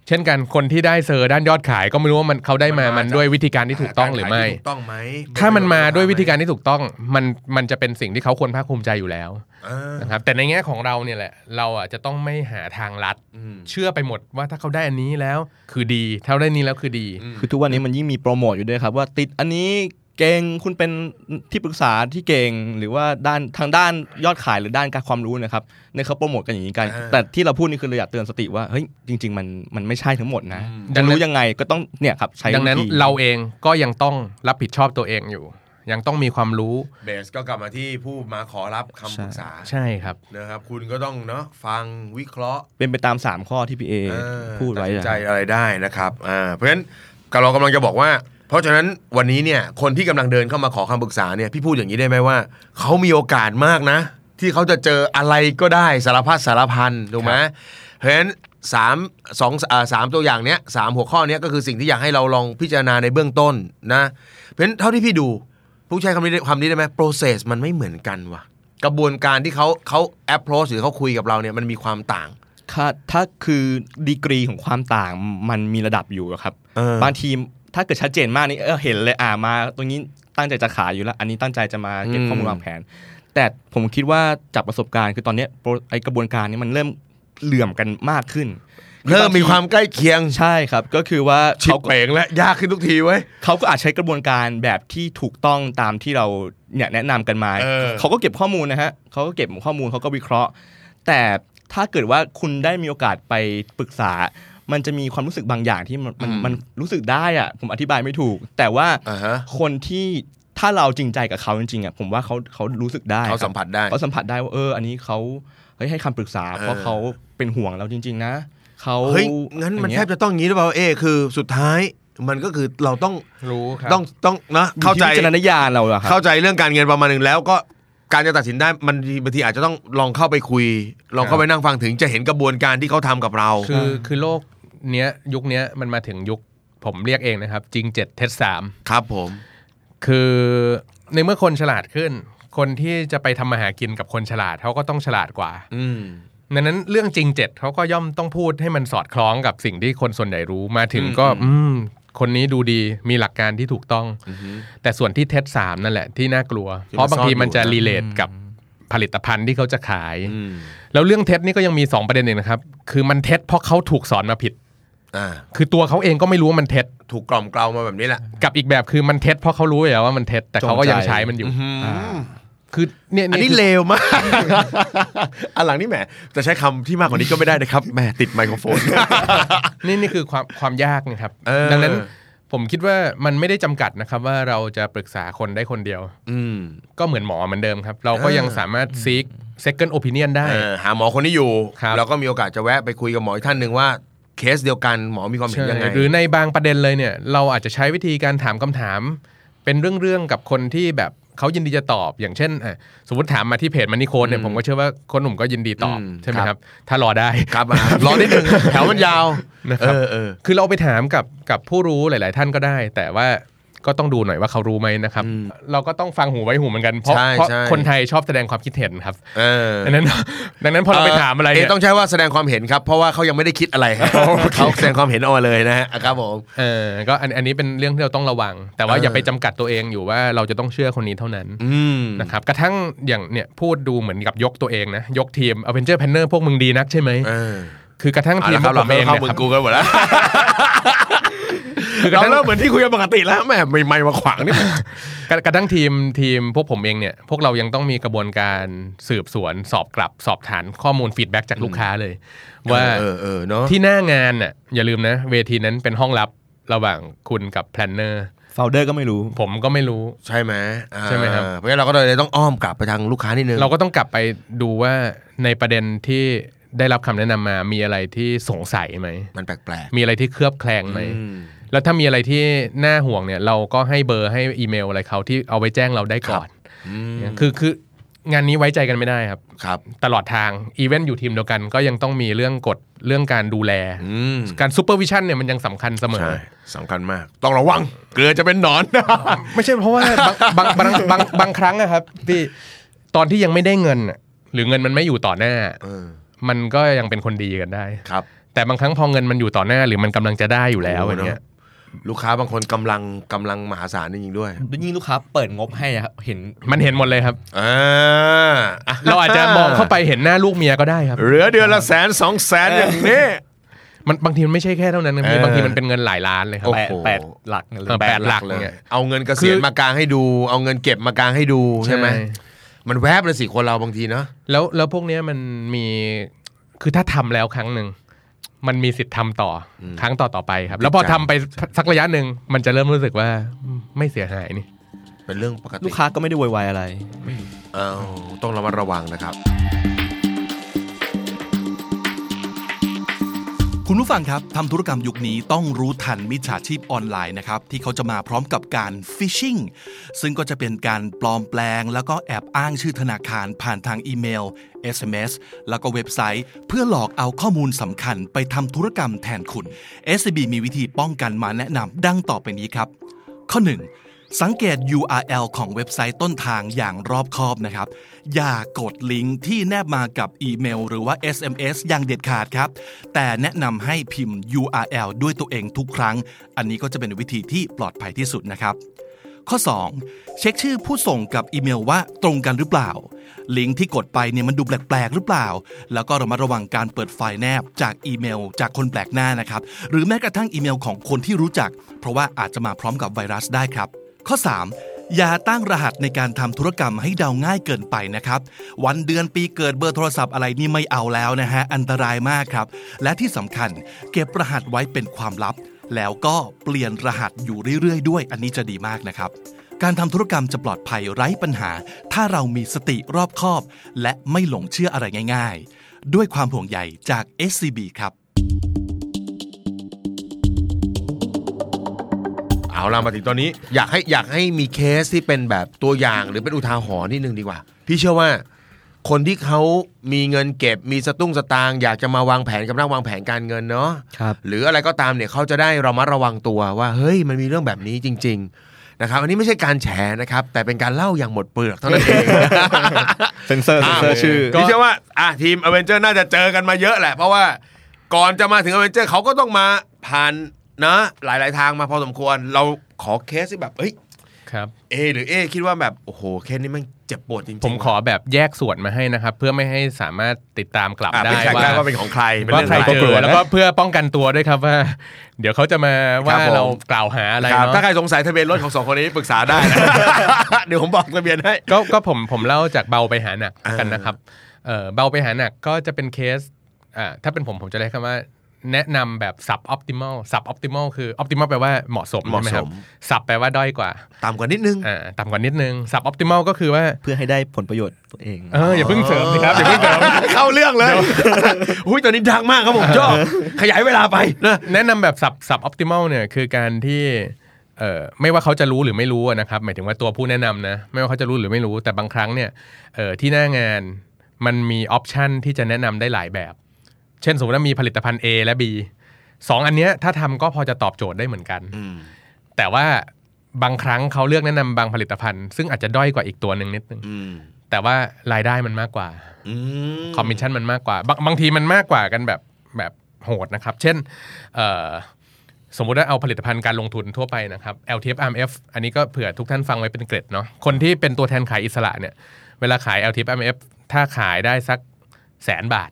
เช่นกันคนที่ได้เซอร์ด้านยอดขาย ก็ไม่รู้ว่ามันเขาได้มา มันด้วยวิธีการที่ถูกต้องหรือไม่
ขายที่ถูกต้องไหม
ถ้ามันมาด้วยวิธีการที่ถูกต้อง มันมันจะเป็นสิ่งที่เขาควรภาคภูมิใจอยู่แล้ว
อ่า
นะครับ แต่ในแง่ของเราเนี่ยแหละ เราอ่ะจะต้องไม่หาทางลัด
อืม
เชื่อไปหมดว่าถ้าเขาได้อันนี้แล้วคือดีถ้าเขาได้นี้แล้วคือดี
อืม
คือทุกวันนี้มันยิ่งมีโปรโมทอยู่ด้วยครับว่าติดอันนี้เก่งคุณเป็นที่ปรึกษาที่เก่งหรือว่าด้านทางด้านยอดขายหรือด้านการความรู้นะครับในยเขาโปรโมทกันอย่างนี้กัน
อ่า
แต่ที่เราพูดนี่คือเราอยากเตือนสติว่าเฮ้ยจริง ๆ มันมันไม่ใช่ทั้งหมดนะ
ดั
จะ
งนั้น
รู้ยังไงก็ต้องเนี่ยครับใช้
ดังนั้น
วิธี
เราเองก็ยังต้องรับผิดชอบตัวเองอยู่ ยังต้องมีความรู้
เบสก็กลับมาที่ผู้มาขอรับคำปรึกษา
ใช่ครับ
นะครับ คุณก็ต้องเนาะฟังวิเคราะห์
เป็นไปตาม 3 ข้อที่พี่เอ
เออ
พูดไว้
ตัสิ
นะ
น
ค
ใจ
รับ
อะไรได้นะครับอ่าเพราะฉะนั้นเรากำลังจะบอกว่า เพราะฉะนั้นวันนี้เนี่ยคนที่กำลังเดินเข้ามาขอคำปรึกษาเนี่ยพี่พูดอย่างนี้ได้ไหมว่าเขามีโอกาสมากนะ ที่เขาจะเจออะไรก็ได้สารพัดสารพันถูกไหมเพราะฉะนั้นสามสองอ่าสามตัวอย่างเนี้ยสามหัวข้อเนี้ยก็คือสิ่งที่อยากให้เราลองพิจารณาในเบื้องต้นนะเพราะฉะนั้นเท่าที่พี่ดูผู้ใช้คำนี้ได้คำนี้ได้ไหม process มันไม่เหมือนกันว่ะกระบวนการที่เขาเขา approach หรือเขาคุยกับเราเนี่ยมันมีความต่าง
ถ้าถ้าคือดีกรีของความต่างมันมีระดับอยู่อะครับ
เออ
บางทีถ้าเกิดชัดเจนมากนี่เออเห็นเลยอ่ามา ตรงนี้ตั้งใจจะขายอยู่แล้ว อันนี้ตั้งใจจะมาเก็บข้อมูลวางแผน แต่ผมคิดว่าจากประสบการณ์คือตอนเนี้ยโปรไอกระบวนการนี้มันเริ่มเหลื่อมกันมากขึ้น
เริ่มมีความใกล้เคียง
ใช่ครับ ก็คือว่า
ชิ
เขา
บ
ก็
เป่งและยากขึ้นทุกทีเว้ย
เขาก็อาจใช้กระบวนการแบบที่ถูกต้องตามที่เราเนี่ยแนะนำกันมา
เออ
ก็เก็บข้อมูลนะฮะเขาก็เก็บข้อมูลเขาก็วิเคราะห์ แต่ถ้าเกิดว่าคุณได้มีโอกาสไปปรึกษา มันจะมีความรู้สึกบางอย่างที่มันมันมันรู้สึกได้อะผมอธิบายไม่ถูก แต่ว่า
อ่าฮะ
คนที่ถ้าเราจริงใจกับเขาจริงๆอ่ะผมว่าเขาเขารู้สึกได้
เขา
ครั
สั
บ
มผัสได้
เขาสัมผัสได้ว่าเออ อันนี้เขาเฮ้ยให้คำปรึกษา
เออ
เพราะเขาเป็นห่วงเราจริง ๆ นะเขา
เฮ้ยงั้นมัน
อย่า
แท
เย
บจะต้องอย่างนี้หรือเปล่าเอคือสุดท้ายมันก็คือเราต้อง
รู้ครับ
ต้องต้องนะ
อยู่ที่
เข้าใจ
วิจารณญาณเราอะครั
เข้า
บ
ใจเรื่องการเงินประมาณหนึ่งแล้วก็การจะตัดสินได้มันบางทีอาจจะต้องลองเข้าไปคุย ลองเข้าไปนั่งฟังถึงจะเห็นกระบวนการที่เขาทำกับเรา
คือคือโลกเนี้ยยุคเนี้ยมันมาถึงยุคผมเรียกเองนะครับ จริงเจ็ดเท็จสาม
ครับผม
คือในเมื่อคนฉลาดขึ้น คนที่จะไปทำมาหากินกับคนฉลาดเขาก็ต้องฉลาดกว่า
อืม
ดังนั้นเรื่องจริงเจ็ดเขาก็ย่อมต้องพูดให้มันสอดคล้องกับสิ่งที่คนส่วนใหญ่รู้มาถึงก็ อืม คนนี้ดูดีมีหลักการที่ถูกต้อง แต่ส่วนที่เท็จสามนั่นแหละที่น่ากลัว
ที่
เพราะบางทีมันจะ
มันซ่อนอยู่นะ
รีเลทกับผลิตภัณฑ์ที่เขาจะขาย
อืม
แล้วเรื่องเท็จนี่ก็ยังมีสองประเด็นเองนะครับ คือมันเท็จเพราะเขาถูกสอนมาผิด
อ่า
คือตัวเขาเองก็ไม่รู้ว่ามันเท็จ
ถูกกล่อมเกลามาแบบนี้แหละ
กับอีกแบบคือมันเท็จเพราะเขารู้อยู่แล้วว่ามันเท็จแต่เขาก็ยังใช้มันอยู่ คือเนี่ย
อันนี้
คือ
เลวมาก อันหลังนี่แหมจะใช้คำที่มากกว่านี้ก็ไม่ได้นะครับแหมติดไมโครโฟ น
นี่นี่คือความความยากนะครับ
เออ
ดังนั้นผมคิดว่ามันไม่ได้จำกัดนะครับว่าเราจะปรึกษาคนได้คนเดียว
อืม
ก็เหมือนหมอเหมือนเดิมครับ เราก็ยังสามารถซีก second opinion ได้
เออหาหมอคนนี้อยู่
ครับ
เราก็มีโอกาสจะแวะไปคุยกับหมออีกท่านหนึ่งว่า เคสเดียวกันหมอมีความเห็น
ใช่
ยังไง
หรือในบางประเด็นเลยเนี่ย เราอาจจะใช้วิธีการถามคำถาม เป็นเรื่องๆกับคนที่แบบเขายินดีจะตอบ อย่างเช่นอ่ะสมมติถามมาที่เพจมันนี่โคนเนี่ยผมก็เชื่อว่าคนหนุ่มก็ยินดีตอบ
อืม
ใช่ไหม
ครับ
ครับ ถ้ารอได้
ครับอ่ะรอนิดหนึ่งแถวมันยาว
นะครับ
เออเออ
คือเราไปถามกับกับผู้รู้หลาย ๆ ท่านก็ได้ แต่ว่าก็ต้องดูหน่อยว่าเขารู้ไหมนะครับ เราก็ต้องฟังหูไว้หูเหมือนกัน เพราะ
ใช่
เพราะ
ใช่
คนไทยชอบแสดงความคิดเห็นครับ
เออ
ดังนั้น ดังนั้นพอเราไปถามอะไร
เอ
เนี่ย
ต้องใช้ว่าแสดงความเห็นครับ เพราะว่าเขายังไม่ได้คิดอะไรครับเขาแสดงความเห็นออกมาเลยนะฮะอ่ะครับผม
เออก็อันอันนี้เป็นเรื่องที่เราต้องระวัง แต่
เอ
ว่า
ออ
อย่าไปจำกัดตัวเองอยู่ว่าเราจะต้องเชื่อคนนี้เท่านั้น
อืม
นะครับกระทั่งอย่างเนี่ยพูดดูเหมือนกับยกตัวเองนะ ยกทีมอเวนเจอร์แพนเนอร์พวกมึงดีนักใช่ไหม
เออ
คือกระทั่ง
เอา
ทีม
ละครับเรา
พวกผม
เริ่
เอ
ม
ง
เข้า
เนี่ย
มึง
ครับ
กูกันหมด แล้ว
คือกระ
เรา
ทั่ง
เริ่มเหมือนที่คุยกันปกติแล้วแหมไม่ไม่มาขวางนี่
กระกระทั่งทีมทีมพวกผมเองเนี่ย พวกเรายังต้องมีกระบวนการสืบสวนสอบกลับสอบฐานข้อมูลฟีดแบ็กจากลูกค้าเลย ว่า
เออเออเนอะ
ที่หน้างานน่ะอย่าลืมนะ เวทีนั้นเป็นห้องลับระหว่างคุณกับแพลนเนอร์
โฟลเดอร์ก็ไม่รู้
ผมก็ไม่รู้
ใช่ไหมอ่า
ใช่ไหมครับ
เพราะงั้นเราก็เลยต้องอ้อมกลับไปทางลูกค้านิดนึง
เราก็ต้องกลับไปดูว่าในประเด็นที่ได้รับคำแนะนำมามีอะไรที่สงสัยไหม
มันแปลก
มีอะไรที่เคลือบแคลง
ๆ
ไหม
อืม
แล้วถ้ามีอะไรที่น่าห่วงเนี่ยเราก็ให้เบอร์ให้อีเมลอะไรเขาที่เอาไว้แจ้งเราได้ก่อน
อืม
เนี่ยคือคืองานนี้ไว้ใจกันไม่ได้ครับ
ครับ
ตลอดทางอีเวนต์อยู่ทีมเดียวกันก็ยังต้องมีเรื่องกฎเรื่องการดูแล
อืม
การซูเปอร์วิชั่นเนี่ยมันยังสำคัญเสมอ
ใช่สำคัญมาก ต้องระวัง เกลือจะเป็นหนอน
ไม่ใช่เพราะว่า บางบางบางบางบางครั้งอะครับพี่ตอนที่ยังไม่ได้เงินอะหรือเงินมันไม่อยู่ต่อหน้า
เออ
มันก็ยังเป็นคนดีกันได้
ครับ
แต่บางครั้งพอเงินมันอยู่ต่อหน้า หรือมันกำลังจะได้อยู่แล้ว
โอ้
อ
โห
ย่างเงี้ย
เน ลูกค้าบางคนกำลังกำลังมหาศาลจริงๆด้วย
ยิ่งลูกค้าเปิดงบให้อะครับเห็น
มันเห็นหมดเลยครับ
อ่าอ่ะ
เราอาจจะมองเข้าไปเห็นหน้าลูกเมียก็ได้ครับ
เหลือเดือนละแสนสองแสนอย่างนี้
มันบางทีมันไม่ใช่แค่เท่านั้นนะ
เออบ
พี่างทีมันเป็นเงินหลายล้านเลยครับ
โอ้
แปด
ห
แปดหลักเลย
เออแปดหลัก
เลย
เนี่ย
เอาเงินเก
คื
ษียณ
อ
มากางให้ดู เอาเงินเก็บมากางให้ดูใช่ไหมมันแวบเลยสิคนเราบางทีเนาะ
แล้วแล้วพวกเนี้ยมันมีคือถ้าทำแล้วครั้งหนึ่งมันมีสิทธิ์ทำต่ออครั้งต่อต่อไปครับ แล้วพอทำไปสักระยะหนึ่งมันจะเริ่มรู้สึกว่าไม่เสียหายนี่
เป็นเรื่องปกติ
ลูกค้าก็ไม่ได้โวยวายอะไร
เอาต้องระมัดระวังนะครับ
คุณผู้ฟังครับทำธุรกรรมยุคนี้ต้องรู้ทันมิจฉาชีพออนไลน์นะครับที่เขาจะมาพร้อมกับการฟิชชิงซึ่งก็จะเป็นการปลอมแปลง แล้วก็แอบอ้างชื่อธนาคารผ่านทางอีเมล SMS แล้วก็เว็บไซต์ เพื่อหลอกเอาข้อมูลสำคัญไปทำธุรกรรมแทนคุณ SCB มีวิธีป้องกันมาแนะนำดังต่อไปนี้ครับ ข้อ 1. สังเกต URL ของเว็บไซต์ต้นทางอย่างรอบคอบนะครับ อย่ากดลิงก์ที่แนบมากับอีเมล หรือว่า SMS อย่างเด็ดขาดครับ แต่แนะนำให้พิมพ์ URL ด้วยตัวเองทุกครั้ง อันนี้ก็จะเป็นวิธีที่ปลอดภัยที่สุดนะครับ ข้อ 2 เช็คชื่อผู้ส่งกับอีเมลว่าตรงกันหรือเปล่า ลิงก์ที่กดไปเนี่ยมันดูแปลกๆหรือเปล่า แล้วก็ระมัดระวังการเปิดไฟล์แนบจากอีเมล จากคนแปลกหน้านะครับ หรือแม้กระทั่งอีเมลของคนที่รู้จัก เพราะว่าอาจจะมาพร้อมกับไวรัสได้ครับ ข้อ 3 อย่าตั้งรหัสในการทำธุรกรรมให้เดาง่ายเกินไปนะครับ วันเดือนปีเกิดเบอร์โทรศัพท์อะไรนี่ไม่เอาแล้วนะฮะ อันตรายมากครับ และที่สำคัญเก็บรหัสไว้เป็นความลับ แล้วก็เปลี่ยนรหัสอยู่เรื่อยๆ ด้วย อันนี้จะดีมากนะครับ การทำธุรกรรมจะปลอดภัยไร้ปัญหา ถ้าเรามีสติรอบคอบ และไม่หลงเชื่ออะไรง่าย ๆ ด้วยความห่วงใยจาก SCB ครับ
เอาล่ะมาถึงตอนนี้อยากให้อยากให้มีเคสที่เป็นแบบตัวอย่างหรือเป็นอุทาหรณ์นิดนึงดีกว่า พี่เชื่อว่าคนที่เขามีเงินเก็บมีสตุ้งสตางค์อยากจะมาวางแผนกับนักวางแผนการเงินเนาะ
ครับ
หรืออะไรก็ตามเนี่ยเขาจะได้เรามาระวังตัวว่าเฮ้ยมันมีเรื่องแบบนี้จริง ๆนะครับ อันนี้ไม่ใช่การแฉนะครับ แต่เป็นการเล่าอย่างหมดเปลือกเท่านั้นเอง
เซนเซอร์เซนเซอร์ชื่อ
พี่เชื่อว่าอ่ะทีมอเวนเจอร์น่าจะเจอกันมาเยอะแหละ เพราะว่าก่อนจะมาถึงอเวนเจอร์เขาก็ต้องมาผ่านนะหลาย ๆ ทางมาพอสมควร เราขอเคสที่แบบเอ้ย
ครับ
เอหรือเอคิดว่าแบบโอ้โหเคสนี้มันเจ็บปวดจริงๆ
ผมขอแบบแยกส่วนมาให้นะครับ เพื่อไม่ให้สามารถติดตามกลับ
อ่ะ
ได้
เป็นฉาก
ว่า
ว่าเป็นของใครเป็น
ว่า
เรื่อง
ใคร
อะไร
เจอแล้วก็เพื่อป้องกันตัวด้วยครับว่า เดี๋ยวเขาจะมา
ครั
ว่า
บผม
เรากล่าวหาอะไร
ครับ
เนาะ
ถ้าใครสงสัยทะเบียนรถของสองคนนี้ปรึกษาได้ เดี๋ยวผมบอกทะเบียนให้
ก็ก็ผมผมเล่าจากเบาไปหาหนัก
อ่ากั
กันนะครับเออเบาไปหาหนักก็จะเป็นเคสอ่าถ้าเป็นผมผมจะเรียกคำว่า แนะนำแบบ sub optimal sub optimal คือ optimal แปลว่าเหมาะสม
เหมาะสม
ใช่ไหมครับ sub แปลว่าด้อยกว่า
ต่ำกว่านิดนึง
อ่าต่ำกว่านิดนึง sub optimal ก็คือว่า
เพื่อให้ได้ผลประโยชน์ตัวเอง
เอออย่าเพิ่งเสริมสิครับอย่าเพิ่งเสริม
เข้าเรื่องเลยอุ้ยตอนนี้ดังมากครับผมชอบขยายเวลาไปนะ
แนะนำแบบสับสับออ t ติม l ลเนี่ยคือการที่เอ่อไม่ว่าเขาจะรู้หรือไม่รู้อะนะครับหมายถึงว่าตัวผู้แนะนำนะไม่ว่าเขาจะรู้หรือไม่รู้แต่บางครั้งเนี่ยเอ่อที่หน้างานมันมีออปชันที่จะแนะนำได้หลายแบบ เช่นสมมติว่ามีผลิตภัณฑ์ A และ B สองอันเนี้ยถ้าทำก็พอจะตอบโจทย์ได้เหมือนกัน แต่ว่าบางครั้งเขาเลือกแนะนำบางผลิตภัณฑ์ ซึ่งอาจจะด้อยกว่าอีกตัวหนึ่งนิดนึงแต่ว่ารายได้มันมากกว่า คอมมิชชั่นมันมากกว่าบางบางทีมันมากกว่ากันแบบแบบโหดนะครับ เช่นเอ่อสมมุติว่าเอาผลิตภัณฑ์การลงทุนทั่วไปนะครับ LTF RMF อันนี้ก็เผื่อทุกท่านฟังไว้เป็นเกร็ดเนาะคนที่เป็นตัวแทนขายอิสระเนี่ย เวลาขาย LTF RMF ถ้าขายได้สักแสนบาท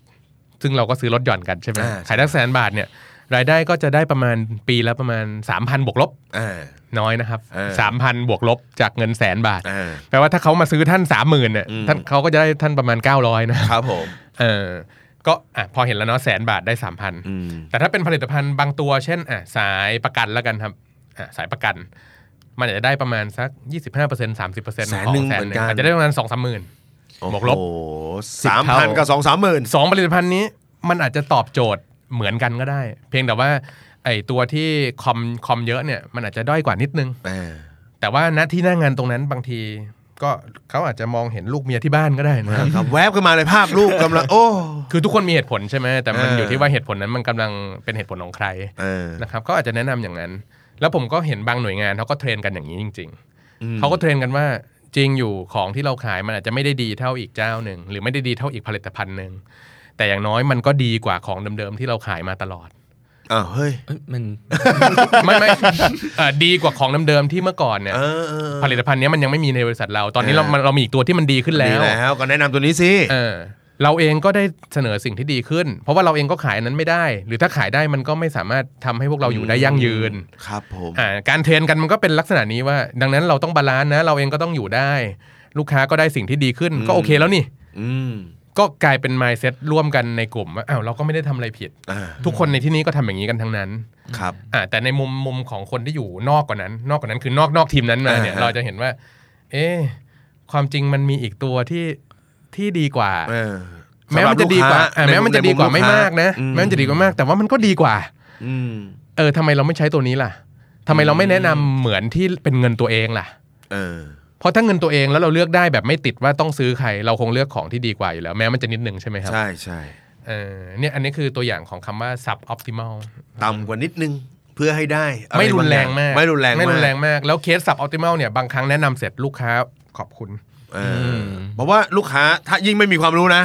ซึ่งเราก็ซื้อลดหย่อนกันใช่ไหม
อ่าใช่
ขายได้แสนบาทเนี่ยรายได้ก็จะได้ประมาณปีละประมาณ 3,000 บวกลบ
อ่า
น้อยนะครับ
เออ
3,000 บวกลบจากเงินแสนบาท
อ่า
แปลว่าถ้าเขามาซื้อท่าน 30,000เนี่ย
อืม
ท่านเขาก็จะได้ท่านประมาณ 900นะ
ครับผม
เออก็อ่ะพอเห็นแล้วเนาะแสนบาทได้สามพัน
อืม
แต่ถ้าเป็นผลิตภัณฑ์บางตัว เช่นอ่ะสายประกันแล้วกันครับอ่ะสายประกัน มันอาจจะได้ประมาณสัก 25% 30%
แสน
ของ
หนึ่ง
แส
เหมือนกั
นหนึ่ง
น
อาจจะได้ประมาณ2-3สามหมื่น บวกลบ
โอ้โหสามพันกับสองสามหมื่น
สองผลิตภัณฑ์นี้มันอาจจะตอบโจทย์เหมือนกันก็ได้ เพียงแต่ว่าไอ้ตัวที่คอมคอมเยอะเนี่ยมันอาจจะด้อยกว่านิดนึง
อ่า
แต่ว่าณที่หน้างานตรงนั้นบางที ก็เขาอาจจะมองเห็นลูกเมียที่บ้านก็ได้นะครับ
ครับแวบขึ้นมาเลยภาพลูกกำลัง โอ้
คือทุกคนมีเหตุผลใช่ไหมแต่มัน
เออ
อ
อ
ยู่ที่ว่าเหตุผลนั้นมันกำลังเป็นเหตุผลของใคร
เออ
นะครับก็อาจจะแนะนำอย่างนั้น แล้วผมก็เห็นบางหน่วยงานเขาก็เทรนกันอย่างนี้จริง
อืม
ๆเขาก็เทรนกันว่าจริงอยู่ของที่เราขายมันอาจจะไม่ได้ดีเท่าอีกเจ้าหนึ่งหรือไม่ได้ดีเท่าอีกผลิตภัณฑ์หนึ่งแต่อย่างน้อยมันก็ดีกว่าของเดิมๆที่เราขายมาตลอด
อ้าวเฮ้ย
เอ้ยมัน
ไม่ไม่เอ่อดีกว่าของเดิมๆที่เมื่อก่อนเนี่ย
เออเออ
ผลิตภัณฑ์เนี้ยมันยังไม่มีในบริษัทเราตอนนี้เรา
เออ
เรามีอีกตัวที่มันดีขึ้น
ดี
แล้ว
แล้วก็แนะนำตัวนี้สิ
เออเราเองก็ได้เสนอสิ่งที่ดีขึ้น เพราะว่าเราเองก็ขายอันนั้นไม่ได้ หรือถ้าขายได้มันก็ไม่สามารถทำให้พวกเราอยู่ได้ยั่งยืน
ครับผม
อ่าการเทรนกันมันก็เป็นลักษณะนี้ว่า ดังนั้นเราต้องบาลานซ์นะ เราเองก็ต้องอยู่ได้ ลูกค้าก็ได้สิ่งที่ดีขึ้น
อืม
ก็โอเคแล้วนี่
อืม
ก็กลายเป็น mindset ร่วมกันในกลุ่มว่าอ้าวเราก็ไม่ได้ทำอะไรผิด
อ่า
ทุกคนในที่นี้ก็ทำอย่างนี้กันทั้งนั้น
ครับ
อ่าแต่ในมุมมุมของคนที่อยู่นอกกว่านั้น นอกกว่านั้นคือนอกนอกทีมนั้นมาเนี่ย
อ่าฮะ
เราจะเห็นว่า เอ๊ะความจริงมันมีอีกตัวที่ที่ดีกว่า
เออ
แม้มันจะดีกว่าอ่ะแม้มันจะดีกว่าไม่มากนะ แม้มันจะดีกว่ามาก แต่ว่ามันก็ดีกว่า
อืม
เออทำไมเราไม่ใช้ตัวนี้ล่ะทำไมเราไม่แนะนำเหมือนที่เป็นเงินตัวเองล่ะ
เออ
เพราะถ้าเงินตัวเองแล้วเราเลือกได้แบบไม่ติดว่าต้องซื้อใคร เราคงเลือกของที่ดีกว่าอยู่แล้ว แม้มันจะนิดนึงใช่ไหมครับ
ใช่ใช่
เออเนี่ยอันนี้คือตัวอย่างของคำว่า sub optimal
ต่ำกว่านิดนึงเพื่อให้ได้อะ
ไม่รุน
บา
แร
อย่าง
มาก
ไม่รุนแรง
ไม่รุนแรง
มาก
มากแล้วเคส sub optimal เนี่ยบางครั้งแนะนำเสร็จลูกค้าขอบคุณ
เอออเพราะว่าลูกค้าถ้ายิ่งไม่มีความรู้นะ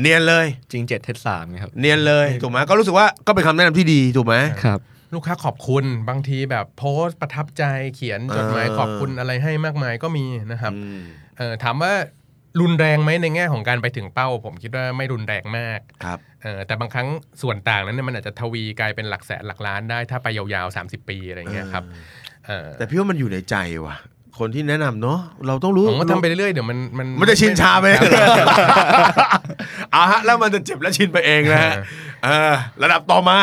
เนียนเลย
จริงเจ็ดเท็ดสามไงครับ
เนียนเลยถูกไหมก็รู้สึกว่าก็เป็นคำแนะนำที่ดีถูกไหม
ครับ
ลูกค้าขอบคุณบางทีแบบโพสต์ประทับใจเขียนจดหมาย
อ่า
ขอบคุณอะไรให้มากมายก็มีนะครับ
อืม
เอ่อถามว่ารุนแรงไหมในแง่ของการไปถึงเป้า ผมคิดว่าไม่รุนแรงมาก
ครับ
เอ่อแต่บางครั้งส่วนต่างนั้นเนยมันอาจจะทวีกลายเป็นหลักแสนหลักล้านได้ถ้าไปยาวๆ 30 ปีอะไรเงี้ยครับเอ่อ
แต่พี่ว่ามันอยู่ในใจว่ะ คนที่แนะนำเนาะเราต้องรู้
ผมว่าทำไปเรื่อยๆเดี๋ยวมันมัน
มันจะชินชาไป
ครับ
เอาฮะ แล้วมันจะเจ็บและชินไปเองนะฮะเออระดับต่อมา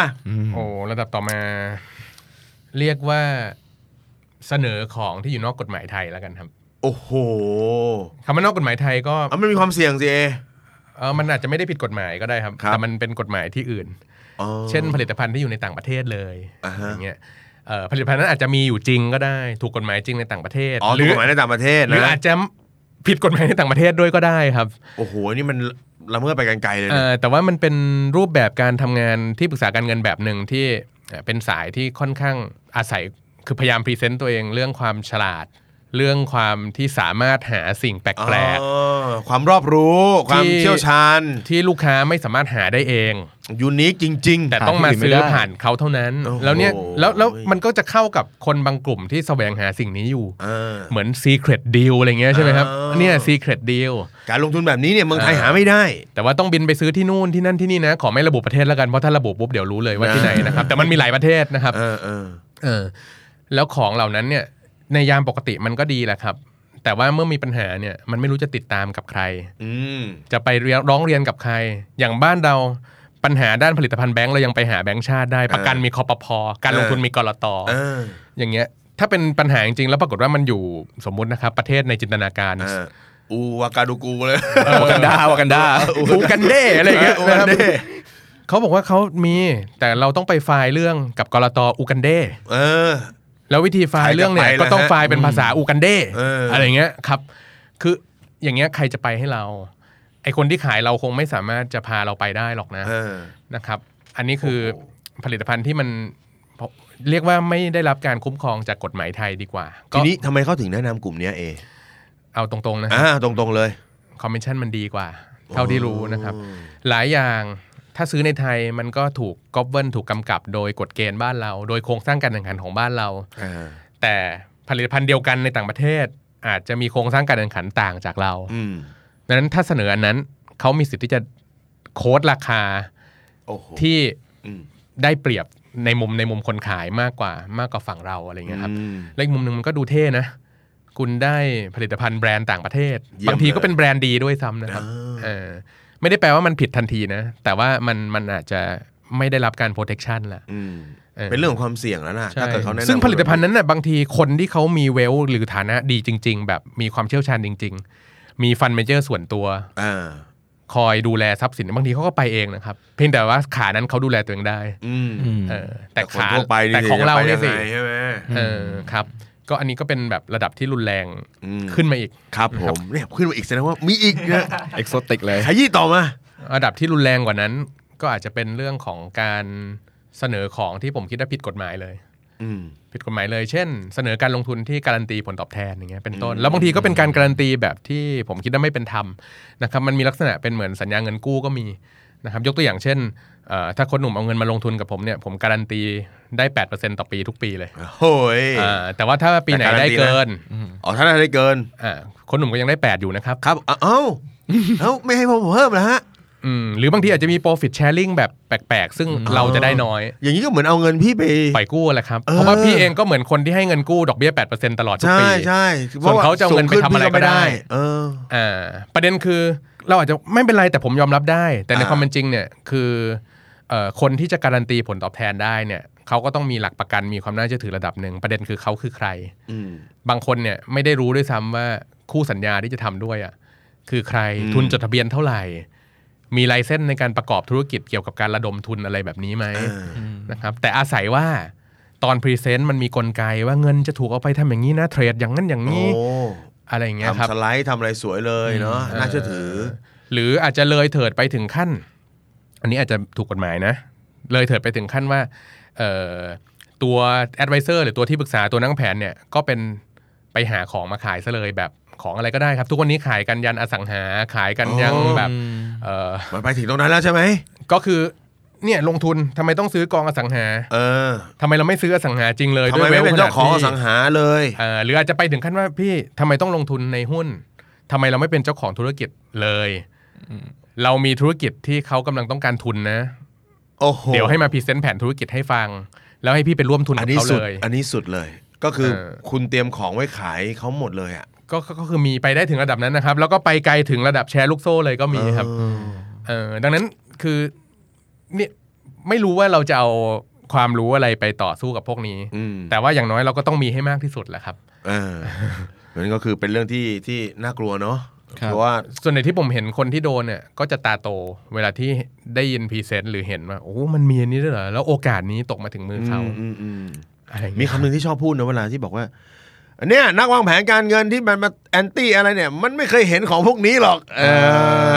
โอ้ระดับต่อมา เรียกว่าเสนอของที่อยู่นอกกฎหมายไทยแล้วกันครับ
โอ้โห
คำว่านอกกฎหมายไทยก็
อ่ะมันมีความเสี่ยงสิเอ
เออมันอาจจะไม่ได้ผิดกฎหมายก็ได้ครับ
ครับ
แต่มันเป็นกฎหมายที่อื่น
อ๋อ
เช่นผลิตภัณฑ์ที่อยู่ในต่างประเทศเลย
อ่าฮะ
อย่างเงี้ยเอ่อผลิตภัณฑ์นั้นอาจจะมีอยู่จริงก็ได้ ถูกกฎหมายจริงในต่างประเทศ
อ๋อ
หรื
ถูกกฎหมายในต่างประเทศ
หรือ
นะ
อาจจะผิดกฎหมายในต่างประเทศด้วยก็ได้ครับ
โอ้โห นี่มันละเมิดไปกันไกลเลย
เอ
นะ
อแต่ว่ามันเป็นรูปแบบการทำงานที่ปรึกษาการเงินแบบหนึ่งที่เอ่อเป็นสายที่ค่อนข้างอาศัยคือพยายามพรีเซนต์ตัวเองเรื่องความฉลาด เรื่องความที่สามารถหาสิ่งแปลก
อ๋อความรอบรู้ ความ
ที่
เชี่ยวชาญ
ๆ ที่ลูกค้าไม่สามารถหาได้เอง
ยูนิคจริง ๆ
แต่ต้องมาซื้อผ่านเขาเท่านั้น
โอ้โห
แล้วเนี่ยแล้วแล้วมันก็จะเข้ากับคนบางกลุ่มที่แสวงหาสิ่งนี้อยู่
เออ
เหมือน Secret Deal อะไรเงี้ยใช่ไหมครับ
อ๋อ
เนี่ย Secret Deal
การลงทุนแบบนี้เนี่ยเมืองไทย
เออ
หาไม่ได้
แต่ว่าต้องบินไปซื้อที่นู่นที่นั่นที่นี่นะขอไม่ระบุประเทศแล้วกันเพราะถ้าระบุปุ๊บเดี๋ยวรู้เลยว่าที่ไหนนะครับแต่มันมีหลายประเทศนะครับ
เออเออ
เออแล้วของเหล่านั้นเนี่ยในยามปกติมันก็ดีแหละครับ แต่ว่าเมื่อมีปัญหาเนี่ยมันไม่รู้จะติดตามกับใคร
อืม
จะไปเรียร้องเรียนกับใคร อย่างบ้านเราปัญหาด้านผลิตภัณฑ์แบงก์เรายังไปหาแบงก์ชาติได้ ประกันมีคอปพอการลงทุนมีกรตอ
เออ
อย่างเงี้ยถ้าเป็นปัญหาจริงๆแล้วปรากฏว่ามันอยู่สมมุตินะครับ ประเทศในจินตนาการ
เอออูวากาดูกูเลย
วากันดาวากันดา
อูกัน เด้อะไรอย่างเงี้ย
อู
นะค
กัน
รับ
เด้
เขาบอกว่าเขามีแต่เราต้องไปไฟล์เรื่องกับกรตอูกันเด้
เออ
แล้ววิธีไฟล์เรื่องเนี่ย
ใครจะไป
ก็ต้อง
ล่ะฮะ
ไฟล์เป็นภาษาอูกันเด
เอออ
อะไรเงี้ยครับ คืออย่างเงี้ยใครจะไปให้เรา ไอคนที่ขายเราคงไม่สามารถจะพาเราไปได้หรอกนะ
เออ
นะครับ อันนี้คือผลิตภัณฑ์ที่มันเรียกว่าไม่ได้รับการคุ้มครองจากกฎหมายไทยดีกว่า
ที
ก็
นี้ทำไมเขาถึงแนะนำกลุ่มเนี้ยเอ
เอาตรงๆนะ
อ่าตรงๆเลย
คอมมิชชั่นมันดีกว่า เท่าที่รู้นะครับ หลายอย่างถ้าซื้อในไทยมันก็ถูกกอบเวิลถูกกำกับ โดยกฎเกณฑ์บ้านเรา โดยโครงสร้างการแข่งขันของบ้านเรา
อ่า
แต่ผลิตภัณฑ์เดียวกันในต่างประเทศ อาจจะมีโครงสร้างการแข่งขันต่างจากเรา
อืม
ดังนั้นถ้าเสนออันนั้นเขามีสิทธิ์ที่จะโค้ดราคา
โอ้โห
ที่
อืม
ได้เปรียบในมุมในมุมคนขายมากกว่ามากกว่าฝั่งเราอะไรเงี้ยครับและอีกมุมหนึ่งมันก็ดูเท่นะ คุณได้ผลิตภัณฑ์แบรนด์ต่างประเทศ
เยี่ยม
บางทีก็
เลย
เป็นแบรนด์ดีด้วยซ้ำนะครับ
อ่า
เออไม่ได้แปลว่ามันผิดทันทีนะ แต่ว่ามันมันอาจจะไม่ได้รับการโปรเทคชันละ
อืม
เออ
เป็นเรื่องของความเสี่ยงแล้วนะ
ใช่
ถ้าเกิดเขาแนะนำ
ซึ่งผลิตภัณฑ์นั้นน่ะบางทีคนที่เขามีเวลหรือฐานะดีจริง ๆ แบบมีความเชี่ยวชาญจริง ๆ มีฟันเมเจอร์ส่วนตัว
อ่า
คอยดูแลทรัพย์สินบางทีเขาก็ไปเองนะครับ เพียงแต่ว่าขานั้นเขาดูแลตัวเองได้
อืม
เออแต่
คน
ขา
ทั่วไปนี่
แต่ของเราเนี่ยสิ
จะไปงไงใช่ไหม
เออครับ ก็อันนี้ก็เป็นแบบระดับที่รุนแรง
ม
ขึ้นมาอีก
ครับผมเนี่ยขึ้นมาอีกแสดงว่ามีอีกนะ
เอ็กโซติกเลย
ขยี้ต่อมา
ระดับที่รุนแรงกว่านั้น ก็อาจจะเป็นเรื่องของการเสนอของที่ผมคิดว่าผิดกฎหมายเลย
อืม
ผิดกฎหมายเลย เช่น เสนอการลงทุนที่การันตีผลตอบแทนอย่างเงี้ยเป็นต้น แล้วบางทีก็เป็นการการันตีแบบที่ผมคิดว่าไม่เป็นธรรมนะครับ มันมีลักษณะเป็นเหมือนสัญญาเงินกู้ก็มีนะครับ ยกตัวอย่างเช่นเอ่อถ้าคนหนุ่มเอาเงินมาลงทุนกับผมเนี่ยผมการันตีได้ 8%ต่อปีทุกปีเลย
โอ้ย
อ่าแต่ว่าถ้าปีไหน
แต่การันตี
ได้เกิน
อ๋อถ้าได้เกิน
อ่าคนหนุ่มก็ยังได้ 8 อยู่นะครับ
ครับ เอ้าเอ้าเอ้าไม่ให้ผมเพิ่มนะฮะ
อืมหรือบางทีอาจจะมี profit sharing แบบแปลกๆ ซึ่งเราจะได้น้อย
อย่างนี้ก็เหมือนเอาเงินพี่ไป
ปล่อยกู้แหละครับเพราะว่าพี่เองก็เหมือนคนที่ให้เงินกู้ดอกเบี้ย8%ตลอดทุก
ใช่
ปี
ใช่พ
ส่วนเขาจะเอาเงินไป
สูขึ้
ทำอะไร
พี่
ก็ได้
เออ
อ่าประเด็นคือเราอาจจะไม่เป็นไรแต่ผมยอมรับได้ แต่ใน
อ่า
ความเป็นจริงเนี่ยคือเอ่อคนที่จะการันตีผลตอบแทนได้เนี่ยเขาก็ต้องมีหลักประกันมีความน่าเชื่อถือระดับหนึ่งประเด็นคือเขาคือใคร
อืม
บางคนเนี่ยไม่ได้รู้ด้วยซ้ำว่าคู่สัญญาที่จะทำด้วยอ่ะคือใครทุนจดทะเบียนเท่าไหร่ มีไลเซนส์ในการประกอบธุรกิจเกี่ยวกับการระดมทุนอะไรแบบนี้ไหมนะครับแต่อาศัยว่าตอนพรีเซนต์มันมีกลไกว่าเงินจะถูกเอาไปทำอย่างนี้นะเทรดอย่างนั้นอย่าง
โอ้
นี้อะไรอย่างเงี้ยครับ
ทำสไลด์ทำอะไรสวยเลยเนาะ น่าเชื่อถือ
หรืออาจจะเลยเถิดไปถึงขั้น อันนี้อาจจะถูกกฎหมายนะ เลยเถิดไปถึงขั้นว่าเอ่อตัว advisor หรือตัวที่ปรึกษาตัวนักแผนเนี่ยก็เป็นไปหาของมาขายซะเลยแบบของอะไรก็ได้ครับ ทุกวันนี้ขายกันยันอสังหาขายกันยัง
อ๋อ
แบบเอ่อ
มันไปถึงตรงนั้นแล้วใช่ไหม
ก็คือ เนี่ยลงทุนทำไมต้องซื้อกองอสังหา
เออ
ทำไมเราไม่ซื้ออสังหาจริงเลย
ทำไม
ด้
ไม่
วย
เป็นเจ้าของอสัง
หา
หาเลย
หรืออาจจะไปถึงขั้นว่าพี่ทำไมต้องลงทุนในหุ้นทำไมเราไม่เป็นเจ้าของธุรกิจเลย เรามีธุรกิจที่เขากำลังต้องการทุนนะ
โอ้โห
เดี๋ยวให้มาพรีเซนต์แผนธุรกิจให้ฟัง แล้วให้พี่ไปร่วมทุน
อั
กันบ
นี้
เขา
สุด
เลย
อันนี้สุดเลย ก็คือ
เออ
คุณเตรียมของไว้ขายเขาหมดเลยอ่ะ
ก็ก็ก็คือมีไปได้ถึงระดับนั้นนะครับ แล้วก็ไปไกลถึงระดับแชร์ลูกโซ่เลยก็มีครับ
เออ
เออดังนั้นคือเนี่ยไม่รู้ว่าเราจะเอาความรู้อะไรไปต่อสู้กับพวกนี้
อืม
แต่ว่าอย่างน้อยเราก็ต้องมีให้มากที่สุดแหละครับ
เออนั่นก็คือเป็นเรื่องที่ที่น่ากลัวเนาะ
ครับ
เพราะว่า
ส่วนในที่ผมเห็นคนที่โดนเนี่ยก็จะตาโตเวลาที่ได้ยินพรีเซนต์หรือเห็นว่า โอ้ มันมีอันนี้ด้วยเหรอ แล้วโอกาสนี้ตกมาถึงมือเขา
อืมอืมอืม
อะไรอย่าง
มี
เงี้ย
คำหนึ่งที่ชอบพูดนะเวลาที่บอกว่าเนี่ยนักวางแผนการเงินที่มันมาแอนตี้อะไรเนี่ย มันไม่เคยเห็นของพวกนี้หรอก เอ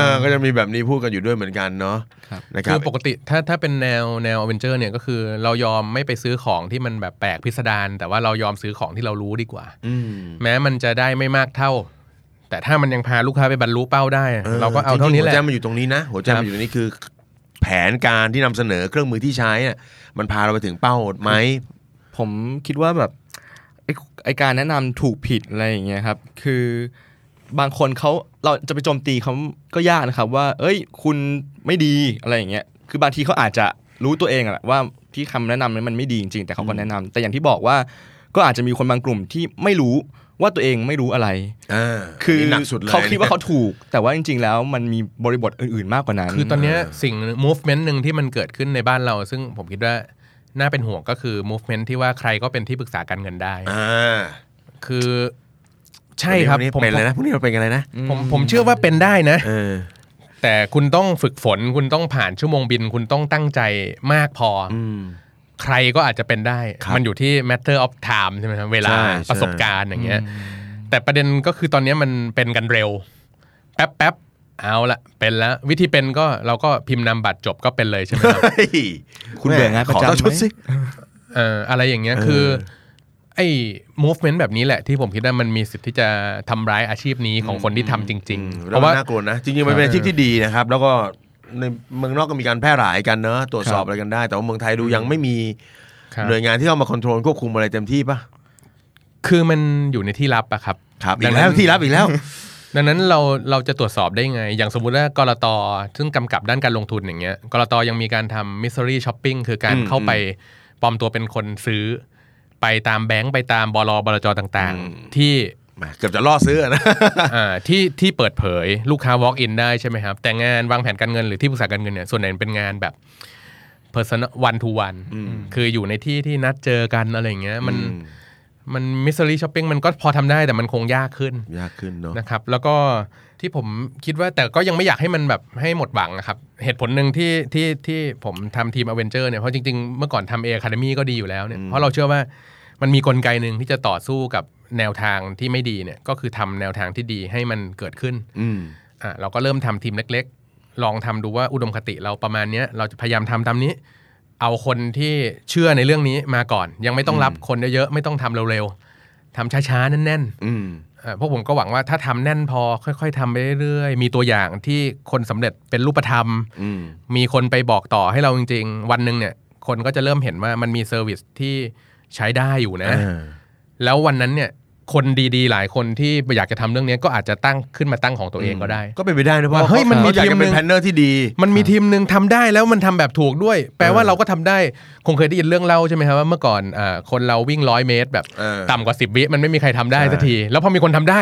อ ก็จะมีแบบนี้พูดกันอยู่ด้วยเหมือนกันเนาะ
ครับ
นะครั
คื
บ
อปกติถ้าถ้าเป็นแนวแนวอเวนเจอร์เนี่ยก็คือเรายอมไม่ไปซื้อของที่มันแบบแปลกพิสดารแต่ว่าเรายอมซื้อของที่เรารู้ดีกว่า
อืม
แม้มันจะได้ไม่มากเท่า แต่ถ้ามันยังพาลูกค้าไปบรรลุเป้าได้ เราก็เอาเท่านี้แหละ
จริงๆหัวใจมันอยู่ตรงนี้นะ หัวใจ
ครั
มันอ
บ
ยู่ตรงนี้คือ แผนการที่นำเสนอเครื่องมือที่ใช้น่ะมันพาเราไปถึงเป้าไหม
ผมคิดว่าแบบไอ้ไอการแนะนำถูกผิดอะไรอย่างเงี้ยครับ คือบางคนเขาเราจะไปโจมตีเขาก็ยากนะครับ ว่า เอ้ย คุณไม่ดีอะไรอย่างเงี้ยคือบางทีเขาอาจจะรู้ตัวเองอะแหละว่าที่คำแนะนำนั้นมันไม่ดีจริงๆ แต่เขาก็แนะนำแต่อย่างที่บอกว่าก็อาจจะมีคนบางกลุ่มที่ไม่รู้ว่าตัวเองไม่รู้อะไร
อ่า
คือ
นี้
น
หนักสุดเลย
เขาคิดว่าเขาถูก แต่ว่าจริง ๆ แล้วมันมีบริบทอื่นๆมากกว่านั้น
คือตอนเนี้ยสิ่ง movement หนึ่งที่มันเกิดขึ้นในบ้านเรา ซึ่งผมคิดว่าน่าเป็นห่วงก็คือ movement ที่ว่าใครก็เป็นที่ปรึกษาการเงินได้
อ่า
คือใช่ครับ
พวกนี้
ผม
เป็นอะไรนะพวกนี้เราเป็นอะไรนะ
ผมผมเชื่อว่าเป็นได้นะ
เออ
แต่คุณต้องฝึกฝนคุณต้องผ่านชั่วโมงบิน คุณต้องตั้งใจมากพออ
อืม
ใครก็อาจจะเป็นได้
ครับ
มันอยู่ที่ matter of time ใช่ไหมครับเวลา
ใช่
ประสบการณ์อย่างเงี้ย แต่ประเด็นก็คือตอนเนี้ยมันเป็นกันเร็ว แป๊บแป๊บๆเอาละเป็นแล้ววิธีเป็นก็เราก็พิมพ์นามบัตรจบก็เป็นเลยใช่ไหมครับ
เฮ้ย
คุณเบื่องานประจำไห
ขอ
ม
ต้อนบสิ
เอ่ออะไรอย่างเงี้ยคือ ไอ้ movement แบบนี้แหละที่ผมคิดว่ามันมีสิทธิ์ที่จะทำร้ายอาชีพนี้ของคนที่ทำจริง ๆ
เพ
เพ
ราะ
ราะ
ว่า
ว่า
น่ากลัวนะ จริงๆ มันเป็นอาชีพที่ดีนะครับ แล้วก็ในเมืองนอกก็มีการแพร่หลายกันเนอะตรวจสอบ
ครับ
อะไรกันได้ แต่ว่าเมืองไทยดูยังไม่มี
ครับ
หน่วยงานที่เข้ามาควบคุมควบคุมอะไรเต็มที่ป่ะ
คือมันอยู่ในที่ลับอะครับ
ครับอี
ดั
ก
ง
แล้ว
นั้น
ที่รับอีกแล้ว
ดังนั้นเราเราจะตรวจสอบได้ไง อย่างสมมุติว่ากรตซึ่งกำกับด้านการลงทุนอย่างเงี้ยกรตยังมีการทำ mystery shopping คือการ
อืม
เข้าไปปลอมตัวเป็นคนซื้อ ไปตามแบงก์ไปตามบลบลจต่างๆ ที่
แหมเกือบจะล่อซื้อนะ
อ่าที่ที่เปิดเผยลูกค้า walk in ได้ใช่ไหมครับ แต่งานวางแผนการเงินหรือที่ปรึกษาการเงินเนี่ยส่วนใหญ่เป็นงานแบบ personal one to one คืออยู่ในที่ที่นัดเจอกันอะไรอย่างเงี้ยมันมัน mystery shopping มันก็พอทำได้แต่มันคงยากขึ้น
ยากขึ้นเนาะ
นะครับ แล้วก็ที่ผมคิดว่าแต่ก็ยังไม่อยากให้มันแบบให้หมดหวังนะครับ เหตุผลหนึ่งที่ที่ที่ผมทำทีม a v e n g e r เนี่ยเพราะจริงๆ เมื่อก่อนทำ A Academy ก็ดีอยู่แล้วเนี่ยเพราะเราเชื่อว่ามันมีกลไกหนึ่งที่จะต่อสู้กับแนวทางที่ไม่ดีเนี่ยก็คือทำแนวทางที่ดีให้มันเกิดขึ้น
อืม
อ่ะเราก็เริ่มทำทีมเล็กๆ ลองทำดูว่าอุดมคติเราประมาณเนี้ยเราจะพยายามทำตามนี้ เอาคนที่เชื่อในเรื่องนี้มาก่อน ยังไม่ต้องรับคนเยอะๆ ไม่ต้องทำเร็วๆทำช้าๆ แน่น
อืม
ๆเอ่อพวกผมก็หวังว่าถ้าทำแน่นพอค่อยๆทำไปเรื่อยๆ มีตัวอย่างที่คนสำเร็จเป็นรูปธรรม
อืม
มีคนไปบอกต่อให้เราจริงๆ วันหนึ่งเนี่ย คนก็จะเริ่มเห็นว่ามันมีเซอร์วิสที่ใช้ได้อยู่นะ แล้ววันนั้นเนี่ยคนดีๆ หลายคนที่อยากจะทำเรื่องนี้ก็อาจจะตั้งขึ้นมาตั้งของตัวเองก็ได้
ก็เป็นไปได้นะเพราะ
ว่าเฮ้ยมันมี
อยาก
ที
จะ
มห
เป็
นึ่
น
ง
แพนเนอร์ที่ดี
มันมีทีมหนึ่งทำได้แล้วมันทำแบบถูกด้วย แปลว่าเราก็ทำได้ คงเคยได้ยินเรื่องเล่าใช่ไหมครับว่าเมื่อก่อนอาคนเราวิ่งร้อยเมตร แบบ
เออ
ต่ำกว่า 10 วิมันไม่มีใครทำได้สักที แล้วพอมีคนทำได้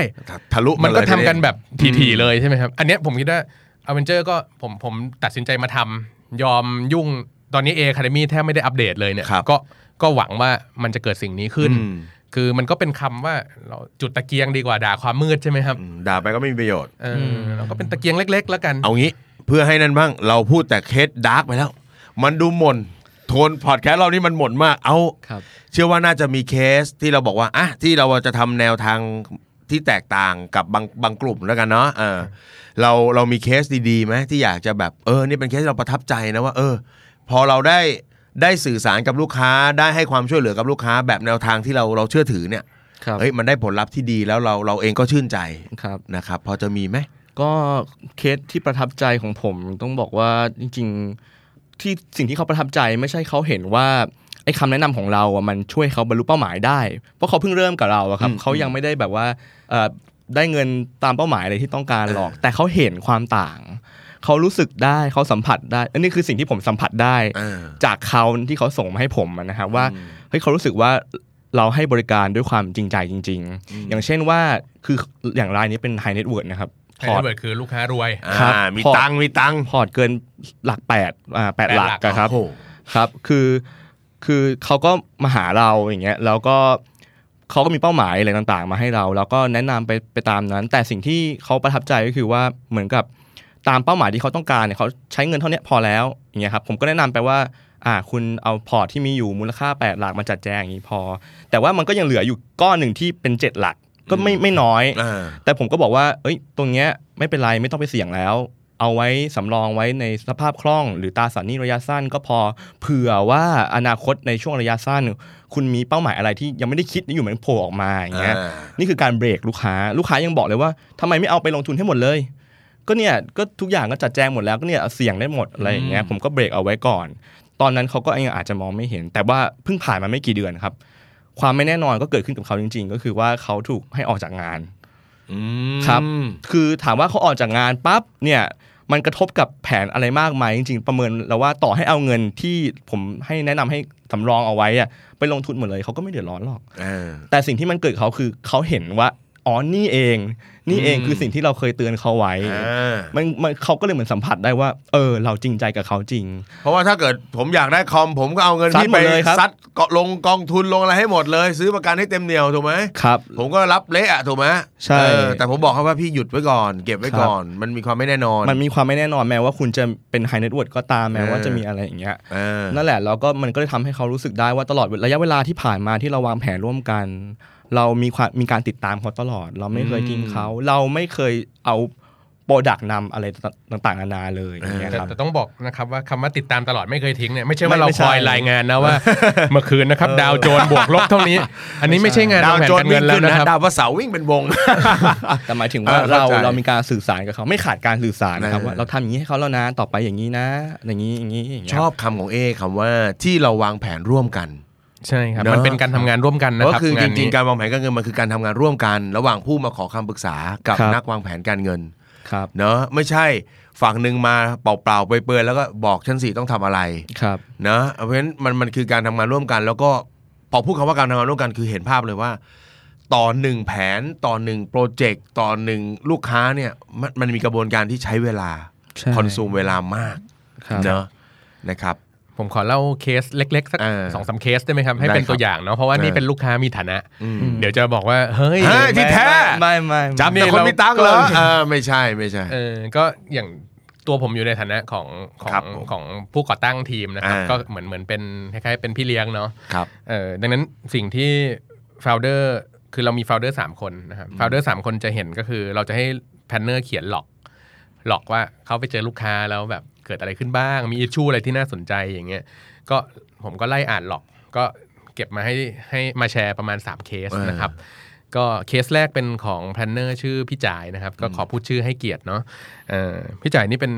ทะลุ
มันก็
เลย
ทำกันแบบถี่ๆเลยใช่ไหมครับ อันเนี้ยผมคิดว่าอเวนเจอร์ก็ผมผมตัดสินใจมาทำยอมยุ่งตอนนี้เอคาเดมี่แทบไม่ได้อัปเดตเลยเนี่ยก็ก็หวังว่ามันจะเกิดสิ่งนี้ขึ้น คือมันก็เป็นคำว่าเราจุดตะเกียงดีกว่าด่าความมืดใช่ไหมครับ
อืมด่าไปก็ไม่มีประโยชน์
เอออเราก็เป็นตะเกียงเล็ก ๆ แล้วกัน
เอางี้เพื่อให้นั่นบ้าง เราพูดแต่เคสดาร์กไปแล้ว มันดูหม่นโทนพอดแคสต์เรานี่มันหม่นมากเอา
ครับ
เชื่อว่าน่าจะมีเคสที่เราบอกว่าอ่ะที่เราจะทำแนวทางที่แตกต่างกับบางบางกลุ่มแล้วกันเนาะเออเราเรามีเคสดีๆไหมที่อยากจะแบบเออนี่เป็นเคสที่เราประทับใจนะว่า เออ พอเราได้ได้สื่อสารกับลูกค้าได้ให้ความช่วยเหลือกับลูกค้า แบบแนวทางที่เราเราเชื่อถือเนี่ย
ครับ
เฮ้ยมันได้ผลลัพธ์ที่ดีแล้วเราเราเองก็ชื่นใจ
ครับ
นะครับพอจะมีไหม
ก็เคสที่ประทับใจของผมต้องบอกว่าจริง ๆ ที่สิ่งที่เขาประทับใจไม่ใช่เขาเห็นว่าไอ้คำแนะนำของเราอ่ะมันช่วยเขาบรรลุเป้าหมายได้ เพราะเขาเพิ่งเริ่มกับเราอะครับเขายังไม่ได้แบบว่าเอ่อได้เงินตามเป้าหมายอะไรที่ต้องการหรอก แต่เขาเห็นความต่าง เขารู้สึกได้เขาสัมผัสได้อันนี้คือสิ่งที่ผมสัมผัสได้
อ่า
จากเขาที่เขาส่งมาให้ผมอะนะครับว่าเฮ้ยเขารู้สึกว่าเราให้บริการด้วยความจริงใจจริง ๆ อย่างเช่นว่าคืออย่างรายนี้เป็นไฮเน็ตเวิร์ดนะครับ
ไฮ
พอ
เน็ต
ร์ต
เวิร์ดคือลูกค้ารวย
อ่า
ครับ
มี
พอ
ตังค์มีตังค์
พอร์ตเกินหลักแปดอ่าแปด
แปด
ห
หลั
ลั
ก
กอะครับ
โอ้โห
ครับคือคือเขาก็มาหาเราอย่างเงี้ยแล้วก็เขาก็มีเป้าหมายอะไรต่างๆ มาให้เรา แล้วก็แนะนำไปไปตามนั้น แต่สิ่งที่เขาประทับใจก็คือว่าเหมือนกับตามเป้าหมายที่เขาต้องการเนี่ยเขาใช้เงินเท่าเนี้ยพอแล้วอย่างเงี้ยครับผมก็แนะนำไปว่าอ่าคุณเอาพอร์ตที่มีอยู่มูลค่าแปดหลักมาจัดแจงอย่างนี้พอ แต่ว่ามันก็ยังเหลืออยู่ก้อนหนึ่งที่เป็นเจ็ดหลักก็ไม่ไม่น้อย
อ่า
แต่ผมก็บอกว่า เอ้ย ตรงเนี้ยไม่เป็นไรไม่ต้องไปเสี่ยงแล้ว เอาไว้สำรองไว้ในสภาพคล่อง หรือตราสารหนี้ระยะสั้นก็พอ เผื่อว่าอนาคตในช่วงระยะสั้น คุณมีเป้าหมายอะไรที่ยังไม่ได้คิดอยู่เหมือนโผล่ออกมาอย่างเงี้ย
อ่า
นี่คือการเบรกลูกค้า ลูกค้ายังบอกเลยว่าทำไมไม่เอาไปลงทุนให้หมดเลย ก็เนี่ย ก็ทุกอย่างก็จัดแจงหมดแล้วก็เนี่ยเสี่ยงได้หมดอะไรอย่างเงี้ย ผมก็เบรกเอาไว้ก่อน ตอนนั้นเขาก็ยังอาจจะมองไม่เห็น แต่ว่าเพิ่งผ่านมาไม่กี่เดือนครับ ความไม่แน่นอนก็เกิดขึ้นกับเขาจริง ๆ ก็คือว่าเขาถูกให้ออกจากงาน
อืม
ครับ คือถามว่าเขาออกจากงานปั๊บเนี่ยมันกระทบกับแผนอะไรมากมายจริงๆ ประเมินแล้วว่าต่อให้เอาเงินที่ผมให้แนะนำให้สำรองเอาไว้อะไปลงทุนหมดเลยเขาก็ไม่เดือดร้อนหรอก
อ่า
แต่สิ่งที่มันเกิดเขาคือเขาเห็นว่าอ๋อนี่เอง นี่เองคือสิ่งที่เราเคยเตือนเขาไว้ มันมันเขาก็เลยเหมือนสัมผัสได้ว่า เออ เราจริงใจกับเขาจริง
เพราะว่าถ้าเกิดผมอยากได้คอม ผมก็เอาเงิน
ซัด
ที่ไป
หมดเลยครับ
ซัดเกาะลงกองทุนลงอะไรให้หมดเลย ซื้อประกันให้เต็มเหนียวถูกไหม
ครับ
ผมก็รับเละอะถูกไหม
ใช่
เออแต่ผมบอกเขาว่าพี่หยุดไว้ก่อน เก็บไว้
ครับ
ก่อน มันมีความไม่แน่นอน
มันมีความไม่แน่นอนแม้ว่าคุณจะเป็นไฮเน็ตเวิร์ดก็ตามแม้ว่าจะมีอะไรอย่างเงี้ย
เออ
นั่นแหละแล้วก็มันก็เลยทำให้เขารู้สึกได้ว่าตลอดระยะเวลาที่ผ่านมาที่เราวางแผนร่วมกัน เรามีความมีการติดตามเขาตลอด เราไม่เคยทิ้งเขา เราไม่เคยเอาโปรดักนำอะไรต่างๆนานาเลยอย่างเงี้ย
แต่
ครับ
แต่ต้องบอกนะครับว่าคำว่าติดตามตลอดไม่เคยทิ้งเนี่ยไม่ใช่ว่าเรา
ไม่ใช่
คอยรายงานนะว่า เมื่อคืนนะครับ ดาวโจนบวกลบเท่านี้ อันนี้ไม่ใช่งาน
ดาว
วางแผน
โจน
การ
วิ่
เงิ
ง
นแล้ว
ขึ้น
นะ
นะครับ ดาวพระเสาร์วิ่งเป็นวง
แต่หมายถึงว่า
เออ
เรา
เข้าใจ
เรามีการสื่อสารกับเขาไม่ขาดการสื่อสารนะครับ
เออ
ว่าเราทำอย่างนี้ให้เขาแล้วนะต่อไปอย่างนี้นะ อย่างนี้อย่างนี้อย่างเงี้
ช
ย
อบคำของเอคำว่าที่เราวางแผนร่วมกัน
ใช่ครับ
เนอะ
มันเป็นการทำงานร่วมกันนะ
ก็
ครับ
คือง
า
จ
น
ริ
นี้
งๆการวางแผนการเงินมันคือการทำงานร่วมกัน ระหว่างผู้มาขอคำปรึกษากับ
ครับ
นักวางแผนการเงิน
ครับ
เนอะไม่ใช่ฝั่งหนึ่งมาเปล่าๆเปลือยๆแล้วก็บอกฉันสี่ต้องทำอะไร
ครับ
นะเพราะฉะนั้นมันมันคือการทำงานร่วมกัน แล้วก็พอพูดคำว่าการทำงานร่วมกันคือเห็นภาพเลยว่า ต่อหนึ่งแผนต่อหนึ่งโปรเจกต์ต่อหนึ่งลูกค้าเนี่ยมันมันมีกระบวนการที่ใช้เวลา
ใช่
คอนซูมเวลามาก
ครับ
เนอะนะครับ
ผมขอเล่าเคสเล็กๆสัก
เออ
สองสามเคสได้ไหมครับให้เป็น
ได้ครับ
ตัวอย่างเนาะเพราะว่านี่
เออ
เป็นลูกค้ามีฐานะ เดี๋ยวจะบอกว่าเฮ้ย
เฮ้ยที่แท้
ไม่ไม่
จับ
นี่
แต่คน
เรา
มีตังค์เหรอ
เกิน
เออไม่ใช่ไม่ใช่
เออก็อย่างตัวผมอยู่ในฐานะของขอ
ครั
ง
บผม
ของผู้ก่อตั้งทีมนะครับ
อ่า
ก็เหมือนเหมือนเป็นคล้ายๆเป็นพี่เลี้ยงเนาะ
ครับ
เออดังนั้นสิ่งที่โฟลเดอร์คือเรามีโฟลเดอร์สามคนนะครับโฟลเดอร์สามคนจะเห็นก็คือเราจะให้แพนเนอร์เขียนหลอก หลอกว่าเขาไปเจอลูกค้าแล้วแบบเกิดอะไรขึ้นบ้าง มีอิชชูอะไรที่น่าสนใจอย่างเงี้ยก็ผมก็ไล่อ่านหลอก ก็เก็บมาให้ให้มาแชร์ประมาณ 3 เคส
เออ
นะครับ ก็เคสแรกเป็นของแพลนเนอร์ชื่อพี่จ่ายนะครับ ก็ขอพูดชื่อให้เกียรติเนาะเอ่อพี่จ่ายนี่เป็น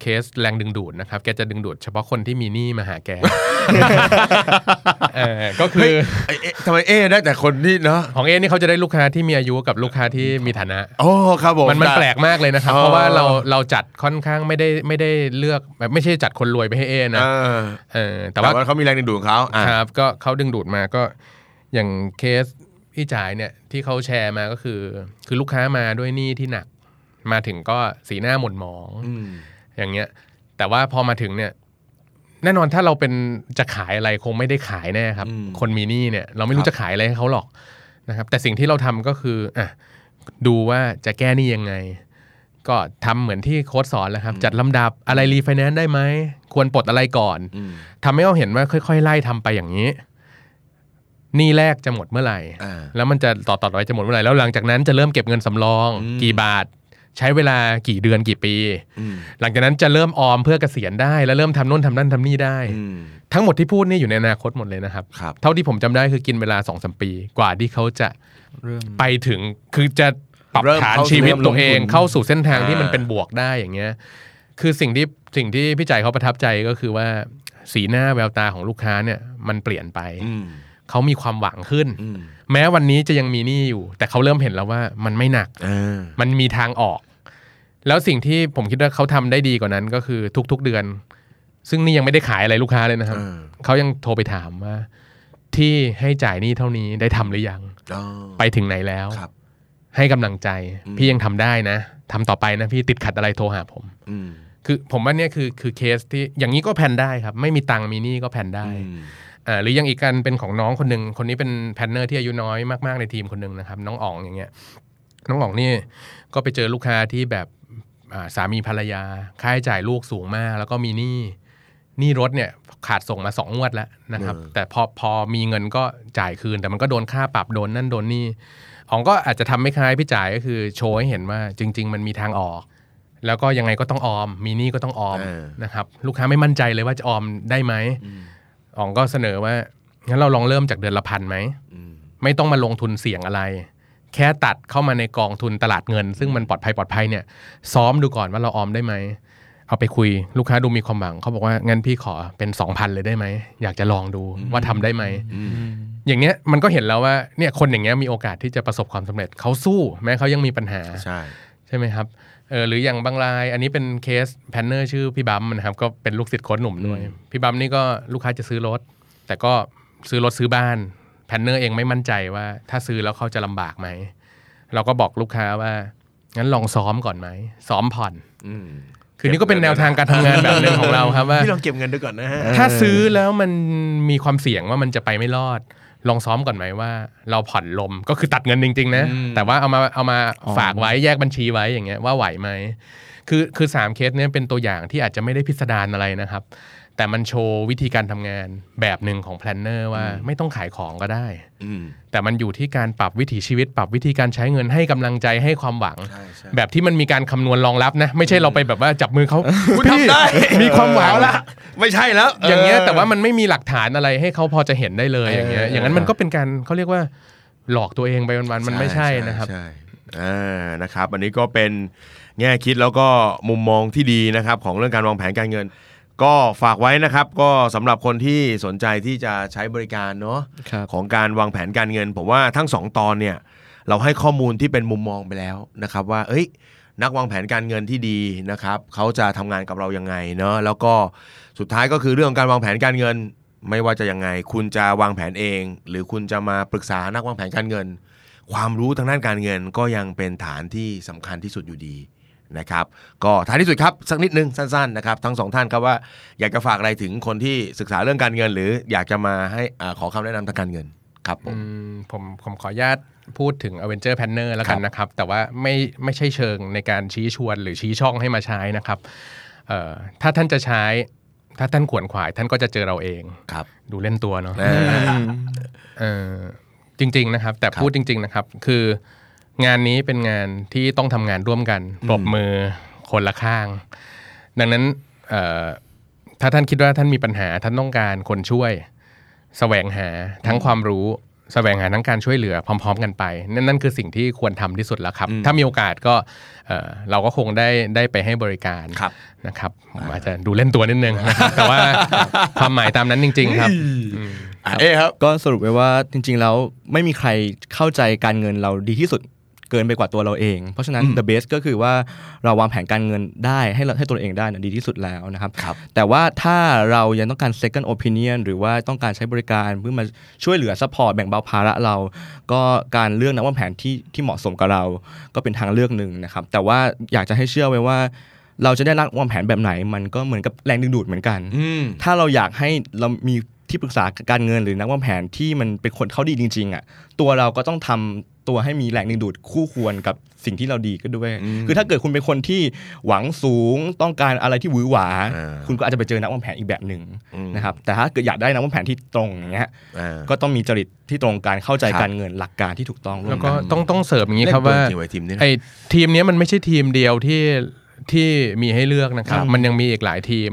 เคสแรงดึงดูดนะครับ แกจะดึงดูดเฉพาะคนที่มีหนี้มาหาแก เออก็คือ
เอ๊ะเอ๊ะทำไมเอ๊ะได้แต่คนนี่เนาะ
ของเอนี่เขาจะได้ลูกค้าที่มีอายุกับลูกค้าที่มีฐานะ
โอ้ครับผม
มันมันแปลกมากเลยนะครับ
อ๋อ
เพราะว่าเราเราจัดค่อนข้างไม่ได้ไม่ได้เลือกแบบไม่ใช่จัดคนรวยไปให้เอนะ
เออ
เออแต่
แต่
ว่า
ว่าเขามีแรงดึงดูดของเขาอ่ะ
ครับก็เขาดึงดูดมาก็อย่างเคสพี่จ่ายเนี่ยที่เขาแชร์มาก็คือ คือลูกค้ามาด้วยหนี้ที่หนัก มาถึงก็สีหน้าหม่นหมองอย่างเงี้ย แต่ว่าพอมาถึงเนี่ย แน่นอนถ้าเราเป็นจะขายอะไรคงไม่ได้ขายแน่ครับ คนมีหนี้เนี่ย เราไม่รู้จะขายอะไรให้เขาหรอกนะครับ แต่สิ่งที่เราทำก็คืออ่ะดูว่าจะแก้หนี้ยังไง ก็ทำเหมือนที่โค้ชสอนแหล้วครับ จัดลำดับอะไรรีไฟแนนซ์ได้ไหม ควรปลดอะไรก่อนทำให้เราเห็นว่าค่อยๆ ไล่ทำไปอย่างนี้หนี้แรกจะหมดเมื่อไหร่
อ่า
แล้วมันจะต่อต่อไปจะหมดเมื่อไหร่แล้วหลังจากนั้นจะเริ่มเก็บเงินสำรอง กี่บาท ใช้เวลากี่เดือนกี่ปี หลังจากนั้นจะเริ่มออมเพื่อเกษียณได้ แล้วเริ่มทำโน่นทำนั่นทำนี่ได้
อืม
ทั้งหมดที่พูดนี่อยู่ในอนาคตหมดเลยนะครับ
ครับ
เท่าที่ผมจำได้คือกินเวลา2อสมปี กว่าที่เขาจะไปถึงคือจะปรับ
เริ่ม
ฐาน
เข้าสู่
ชีวิตตัวเอง
เริ่มลงทุน
เข้าสู่เส้นทางที่มัน
อ่า
เป็นบวกได้อย่างเงี้ย คือสิ่งที่สิ่งที่พี่ใจายเขาประทับใจก็คือว่าสีหน้าแววตาของลูกค้าเนี่ยมันเปลี่ยนไป
อืม
เขามีความหวังขึ้น
อืม
แม้วันนี้จะยังมีหนี้อยู่ แต่เขาเริ่มเห็นแล้วว่ามันไม่หนัก
อ่า
มันมีทางออก แล้วสิ่งที่ผมคิดว่าเขาทำได้ดีกว่านั้นก็คือทุกๆเดือน ซึ่งนี่ยังไม่ได้ขายอะไรลูกค้าเลยนะครับ
อ่า
เขายังโทรไปถามว่า ที่ให้จ่ายหนี้เท่านี้ได้ทำหรือยัง
อ๋อ
ไปถึงไหนแล้ว
ครับ
ให้กำลังใจ
อืม
พี่ยังทำได้นะทำต่อไปนะพี่ติดขัดอะไรโทรหาผม
อืม
คือผมว่าเนี่ยคือคือเคสที่อย่างนี้ก็แพลนได้ครับ ไม่มีตังค์มีหนี้ก็แพลนได้
อืม
อ่าหรือยังอีกกันเป็นของน้องคนหนึ่งคนนี้เป็นแพทเนอร์ที่อายุน้อยมากๆในทีมคนหนึ่งนะครับน้องอ๋องอย่างเงี้ยน้องอ๋องนี่ก็ไปเจอลูกค้าที่แบบอ่าสามีภรรยา ค่าใช้จ่ายลูกสูงมาก แล้วก็มีหนี้หนี้รถเนี่ยขาดส่งมาสองงวดแล้วนะครับ
อืม
แต่พอพอมีเงินก็จ่ายคืน แต่มันก็โดนค่าปรับโดนนั่นโดนนี่อ๋องก็อาจจะทำไม่คล้ายพี่จ่ายก็คือโชว์ให้เห็นว่าจริง ๆ มันมีทางออก แล้วก็ยังไงก็ต้องออม มีหนี้ก็ต้องออม
เออ
นะครับลูกค้าไม่มั่นใจเลยว่าจะออมได้ไหม อ๋องก็เสนอว่างั้นเราลองเริ่มจากเดือนละพันไหม
อืม
ไม่ต้องมาลงทุนเสี่ยงอะไร แค่ตัดเข้ามาในกองทุนตลาดเงิน ซึ่งมันปลอดภัยปลอดภัยเนี่ย ซ้อมดูก่อนว่าเราออมได้ไหม เอาไปคุยลูกค้าดูมีความหวังเขาบอกว่างั้นพี่ขอเป็น 2,000 เลยได้ไหม อยากจะลองดูว่าทำได้ไหม อย่างเนี้ยมันก็เห็นแล้วว่าเนี่ยคนอย่างเงี้ยมีโอกาสที่จะประสบความสำเร็จเขาสู้แม้เขายังมีปัญหา
ใช่
ใช่ไหมครับเออหรืออย่างบางรายอันนี้เป็นเคสแพนเนอร์ชื่อพี่บัมนะครับก็เป็นลูกศิษย์โค้ชหนุ่มด้วยพี่บัมนี่ก็ลูกค้าจะซื้อรถ แต่ก็ซื้อรถซื้อบ้านแพนเนอร์เองไม่มั่นใจว่า ถ้าซื้อแล้วเขาจะลำบากไหม เราก็บอกลูกค้าว่า งั้นลองซ้อมก่อนไหม ซ้อมผ่อน
อืม
คือนี่ก็เป็นแนวทางการทำงานแบบหนึ่งของเราครับว่า
พี่ลองเก็บเงินดูก่อนนะฮะ
ถ้าซื้อแล้วมันมีความเสี่ยงว่ามันจะไปไม่รอด ลองซ้อมก่อนไหมว่า เราผ่อนลมก็คือตัดเงินจริง ๆ นะ แต่ว่าเอามาเอามาฝากไว้แยกบัญชีไว้อย่างเงี้ยว่าไหวไหมคือคือสามเคสเนี้ยเป็นตัวอย่างที่อาจจะไม่ได้พิสดารอะไรนะครับ แต่มันโชว์วิธีการทำงานแบบหนึ่งของแพลนเนอร์ว่าไม่ต้องขายของก็ได้
อืม
แต่มันอยู่ที่การปรับวิถีชีวิต ปรับวิธีการใช้เงินให้กำลังใจให้ความหวัง
ใช่ใช่
แบบที่มันมีการคำนวณรองรับนะ ไม่ใช่เราไปแบบว่าจับมือเขา
คุณทำได้
มีความหวัง
เอละไม่ใช่แล้ว
อย่างเงี้ยแต่ว่ามันไม่มีหลักฐานอะไรให้เขาพอจะเห็นได้เลยอย่างเงี้ย
เออ
อย่างนั้นมันก็เป็นการเขาเรียกว่าหลอกตัวเองไปวันๆมันไม่ใช่นะครับ
ใช่อ่านะครับ อันนี้ก็เป็นแง่คิดแล้วก็มุมมองที่ดีนะครับของเรื่องการวางแผนการเงิน ก็ฝากไว้นะครับ ก็สำหรับคนที่สนใจที่จะใช้บริการเนาะ
ครับ
ของการวางแผนการเงิน ผมว่าทั้งสองตอนเนี่ยเราให้ข้อมูลที่เป็นมุมมองไปแล้วนะครับ ว่าเอ้ย นักวางแผนการเงินที่ดีนะครับเขาจะทำงานกับเรายังไงเนาะแล้วก็สุดท้ายก็คือเรื่องของการวางแผนการเงิน ไม่ว่าจะยังไง คุณจะวางแผนเอง หรือคุณจะมาปรึกษานักวางแผนการเงิน ความรู้ทางด้านการเงินก็ยังเป็นฐานที่สำคัญที่สุดอยู่ดีนะครับ ก็ท้ายที่สุดครับสักนิดนึงสั้นๆนะครับทั้งสองท่านครับว่าอยากจะฝากอะไรถึงคนที่ศึกษาเรื่องการเงิน หรืออยากจะมาให้อาขอคำแนะนำทางการเงินครับผม
อืมผมผมขออนุญาตพูดถึง a v e n g e r p a n n e r แล้วกันนะครับ แต่ว่าไม่ไม่ใช่เชิงในการชี้ชวนหรือชี้ช่องให้มาใช้นะครับเอ่อถ้าท่านจะใช้ ถ้าท่านขวนขวาย ท่านก็จะเจอเราเอง
ครับ
ดูเล่นตัวเนาะ
เออ
เอ่อจริงๆนะครับ แต่
ครับ
พูดจริง ๆนะครับ คืองานนี้เป็นงานที่ต้องทำงานร่วมกันปรบมือคนละข้าง ดังนั้นเอ่อถ้าท่านคิดว่าท่านมีปัญหาท่านต้องการคนช่วยแสวงหาทั้งความรู้แสวงหาทั้งการช่วยเหลือพร้อม ๆ กันไป นั่นนั่นคือสิ่งที่ควรทำที่สุดแล้วครับ ถ้ามีโอกาสก็เอ่อเราก็คงได้ได้ไปให้บริการ
ครับ
นะครับผมอาจจะดูเล่นตัวนิดนึงนะครับแต่ว่าความหมายตามนั้นจริง ๆ ครับ
อ่ะเอ๊ครับ
ก็สรุปไว้ว่าจริง ๆ แล้วไม่มีใครเข้าใจการเงินเราดีที่สุดเกินไปกว่าตัวเราเอง เพราะฉะนั้น the best ก็คือว่าเราวางแผนการเงินได้ให้เราให้ตัวเองได้นะดีที่สุดแล้วนะครับ
ครับ
แต่ว่าถ้าเรายังต้องการ second opinion หรือว่าต้องการใช้บริการเพื่อมาช่วยเหลือ support แบ่งเบาภาระเรา ก็การเลือกนักวางแผนที่ที่เหมาะสมกับเรา ก็เป็นทางเลือกหนึ่งนะครับ แต่ว่าอยากจะให้เชื่อไว้ว่า เราจะได้รักวางแผนแบบไหน มันก็เหมือนกับแรงดึงดูดเหมือนกัน ถ้าเราอยากให้เรามีที่ปรึกษาการเงินหรือนักวางแผนที่มันเป็นคนเขาดีจริง ๆอ่ะตัวเราก็ต้องทำตัวให้มีแรงดึงดูดคู่ควรกับสิ่งที่เราดีก็ด้วย คือถ้าเกิดคุณเป็นคนที่หวังสูงต้องการอะไรที่หวือหวา
อ่า
คุณก็อาจจะไปเจอนักวางแผนอีกแบบหนึ่ง
อืม
นะครับแต่ถ้าเกิดอยากได้นักวางแผนที่ตรงอย่างเงี้ย
อ่า
ก็ต้องมีจริตที่ตรงการเข้าใจ
ครับ
การเงินหลักการที่ถูกต้องร่ว
แล้ว
ม
ก็
กัน
ต้องต้องเสริมอย่างนี้ครับว่า
เล่นตัวจริงไว้ทีมนี้นะ
ไอ้ทีมเนี้ยมันไม่ใช่ทีมเดียวที่ที่มีให้เลือกนะครับ
ครับ
มันยังมีอีกหลายทีม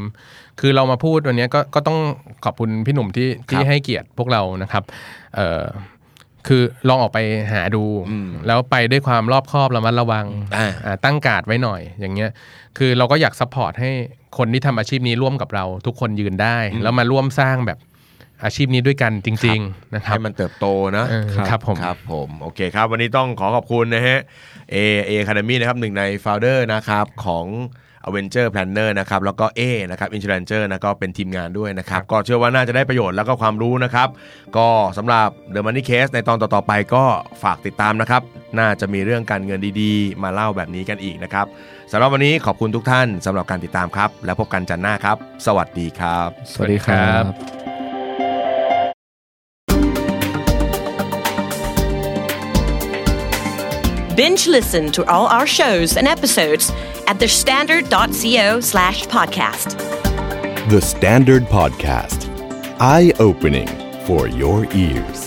คือเรามาพูดวันเนี้ยก็ก็ต้องขอบคุณพี่หนุ่มที่ที่ให้เกียรติพวกเรานะครับเอ่อ คือลองออกไปหาดู
อืม
แล้วไปด้วยความรอบคอบระมัดระวัง
อ่า
อ่าตั้งการ์ดไว้หน่อยอย่างเงี้ยคือเราก็อยากซัพพอร์ตให้คนที่ทำอาชีพนี้ร่วมกับเรา ทุกคนยืนได้ แล้วมาร่วมสร้างแบบอาชีพนี้ด้วยกันจริง ๆ นะครับ
ให้มันเติบโตนะ
เออครับผม
ครับผม โอเคครับ วันนี้ต้องขอขอบคุณนะฮะ A A Academy นะครับหนึ่งใน founder นะครับของ Avenger Planner นะครับแล้วก็ A นะครับ Insurancer นะก็เป็นทีมงานด้วยนะครับ ก็เชื่อว่าน่าจะได้ประโยชน์แล้วก็ความรู้นะครับ ก็สำหรับ The Money Case ในตอนต่อ ๆ ไปก็ฝากติดตามนะครับ น่าจะมีเรื่องการเงินดีๆ มาเล่าแบบนี้กันอีกนะครับสำหรับวันนี้ขอบคุณทุกท่านสำหรับการติดตามครับ แล้วพบกันจันทร์หน้าครับ สวัสดีครับ
สวัสดีครับ
Binge listen to all our shows and episodes at thestandard.co slash podcast.
The Standard Podcast, eye opening for your ears.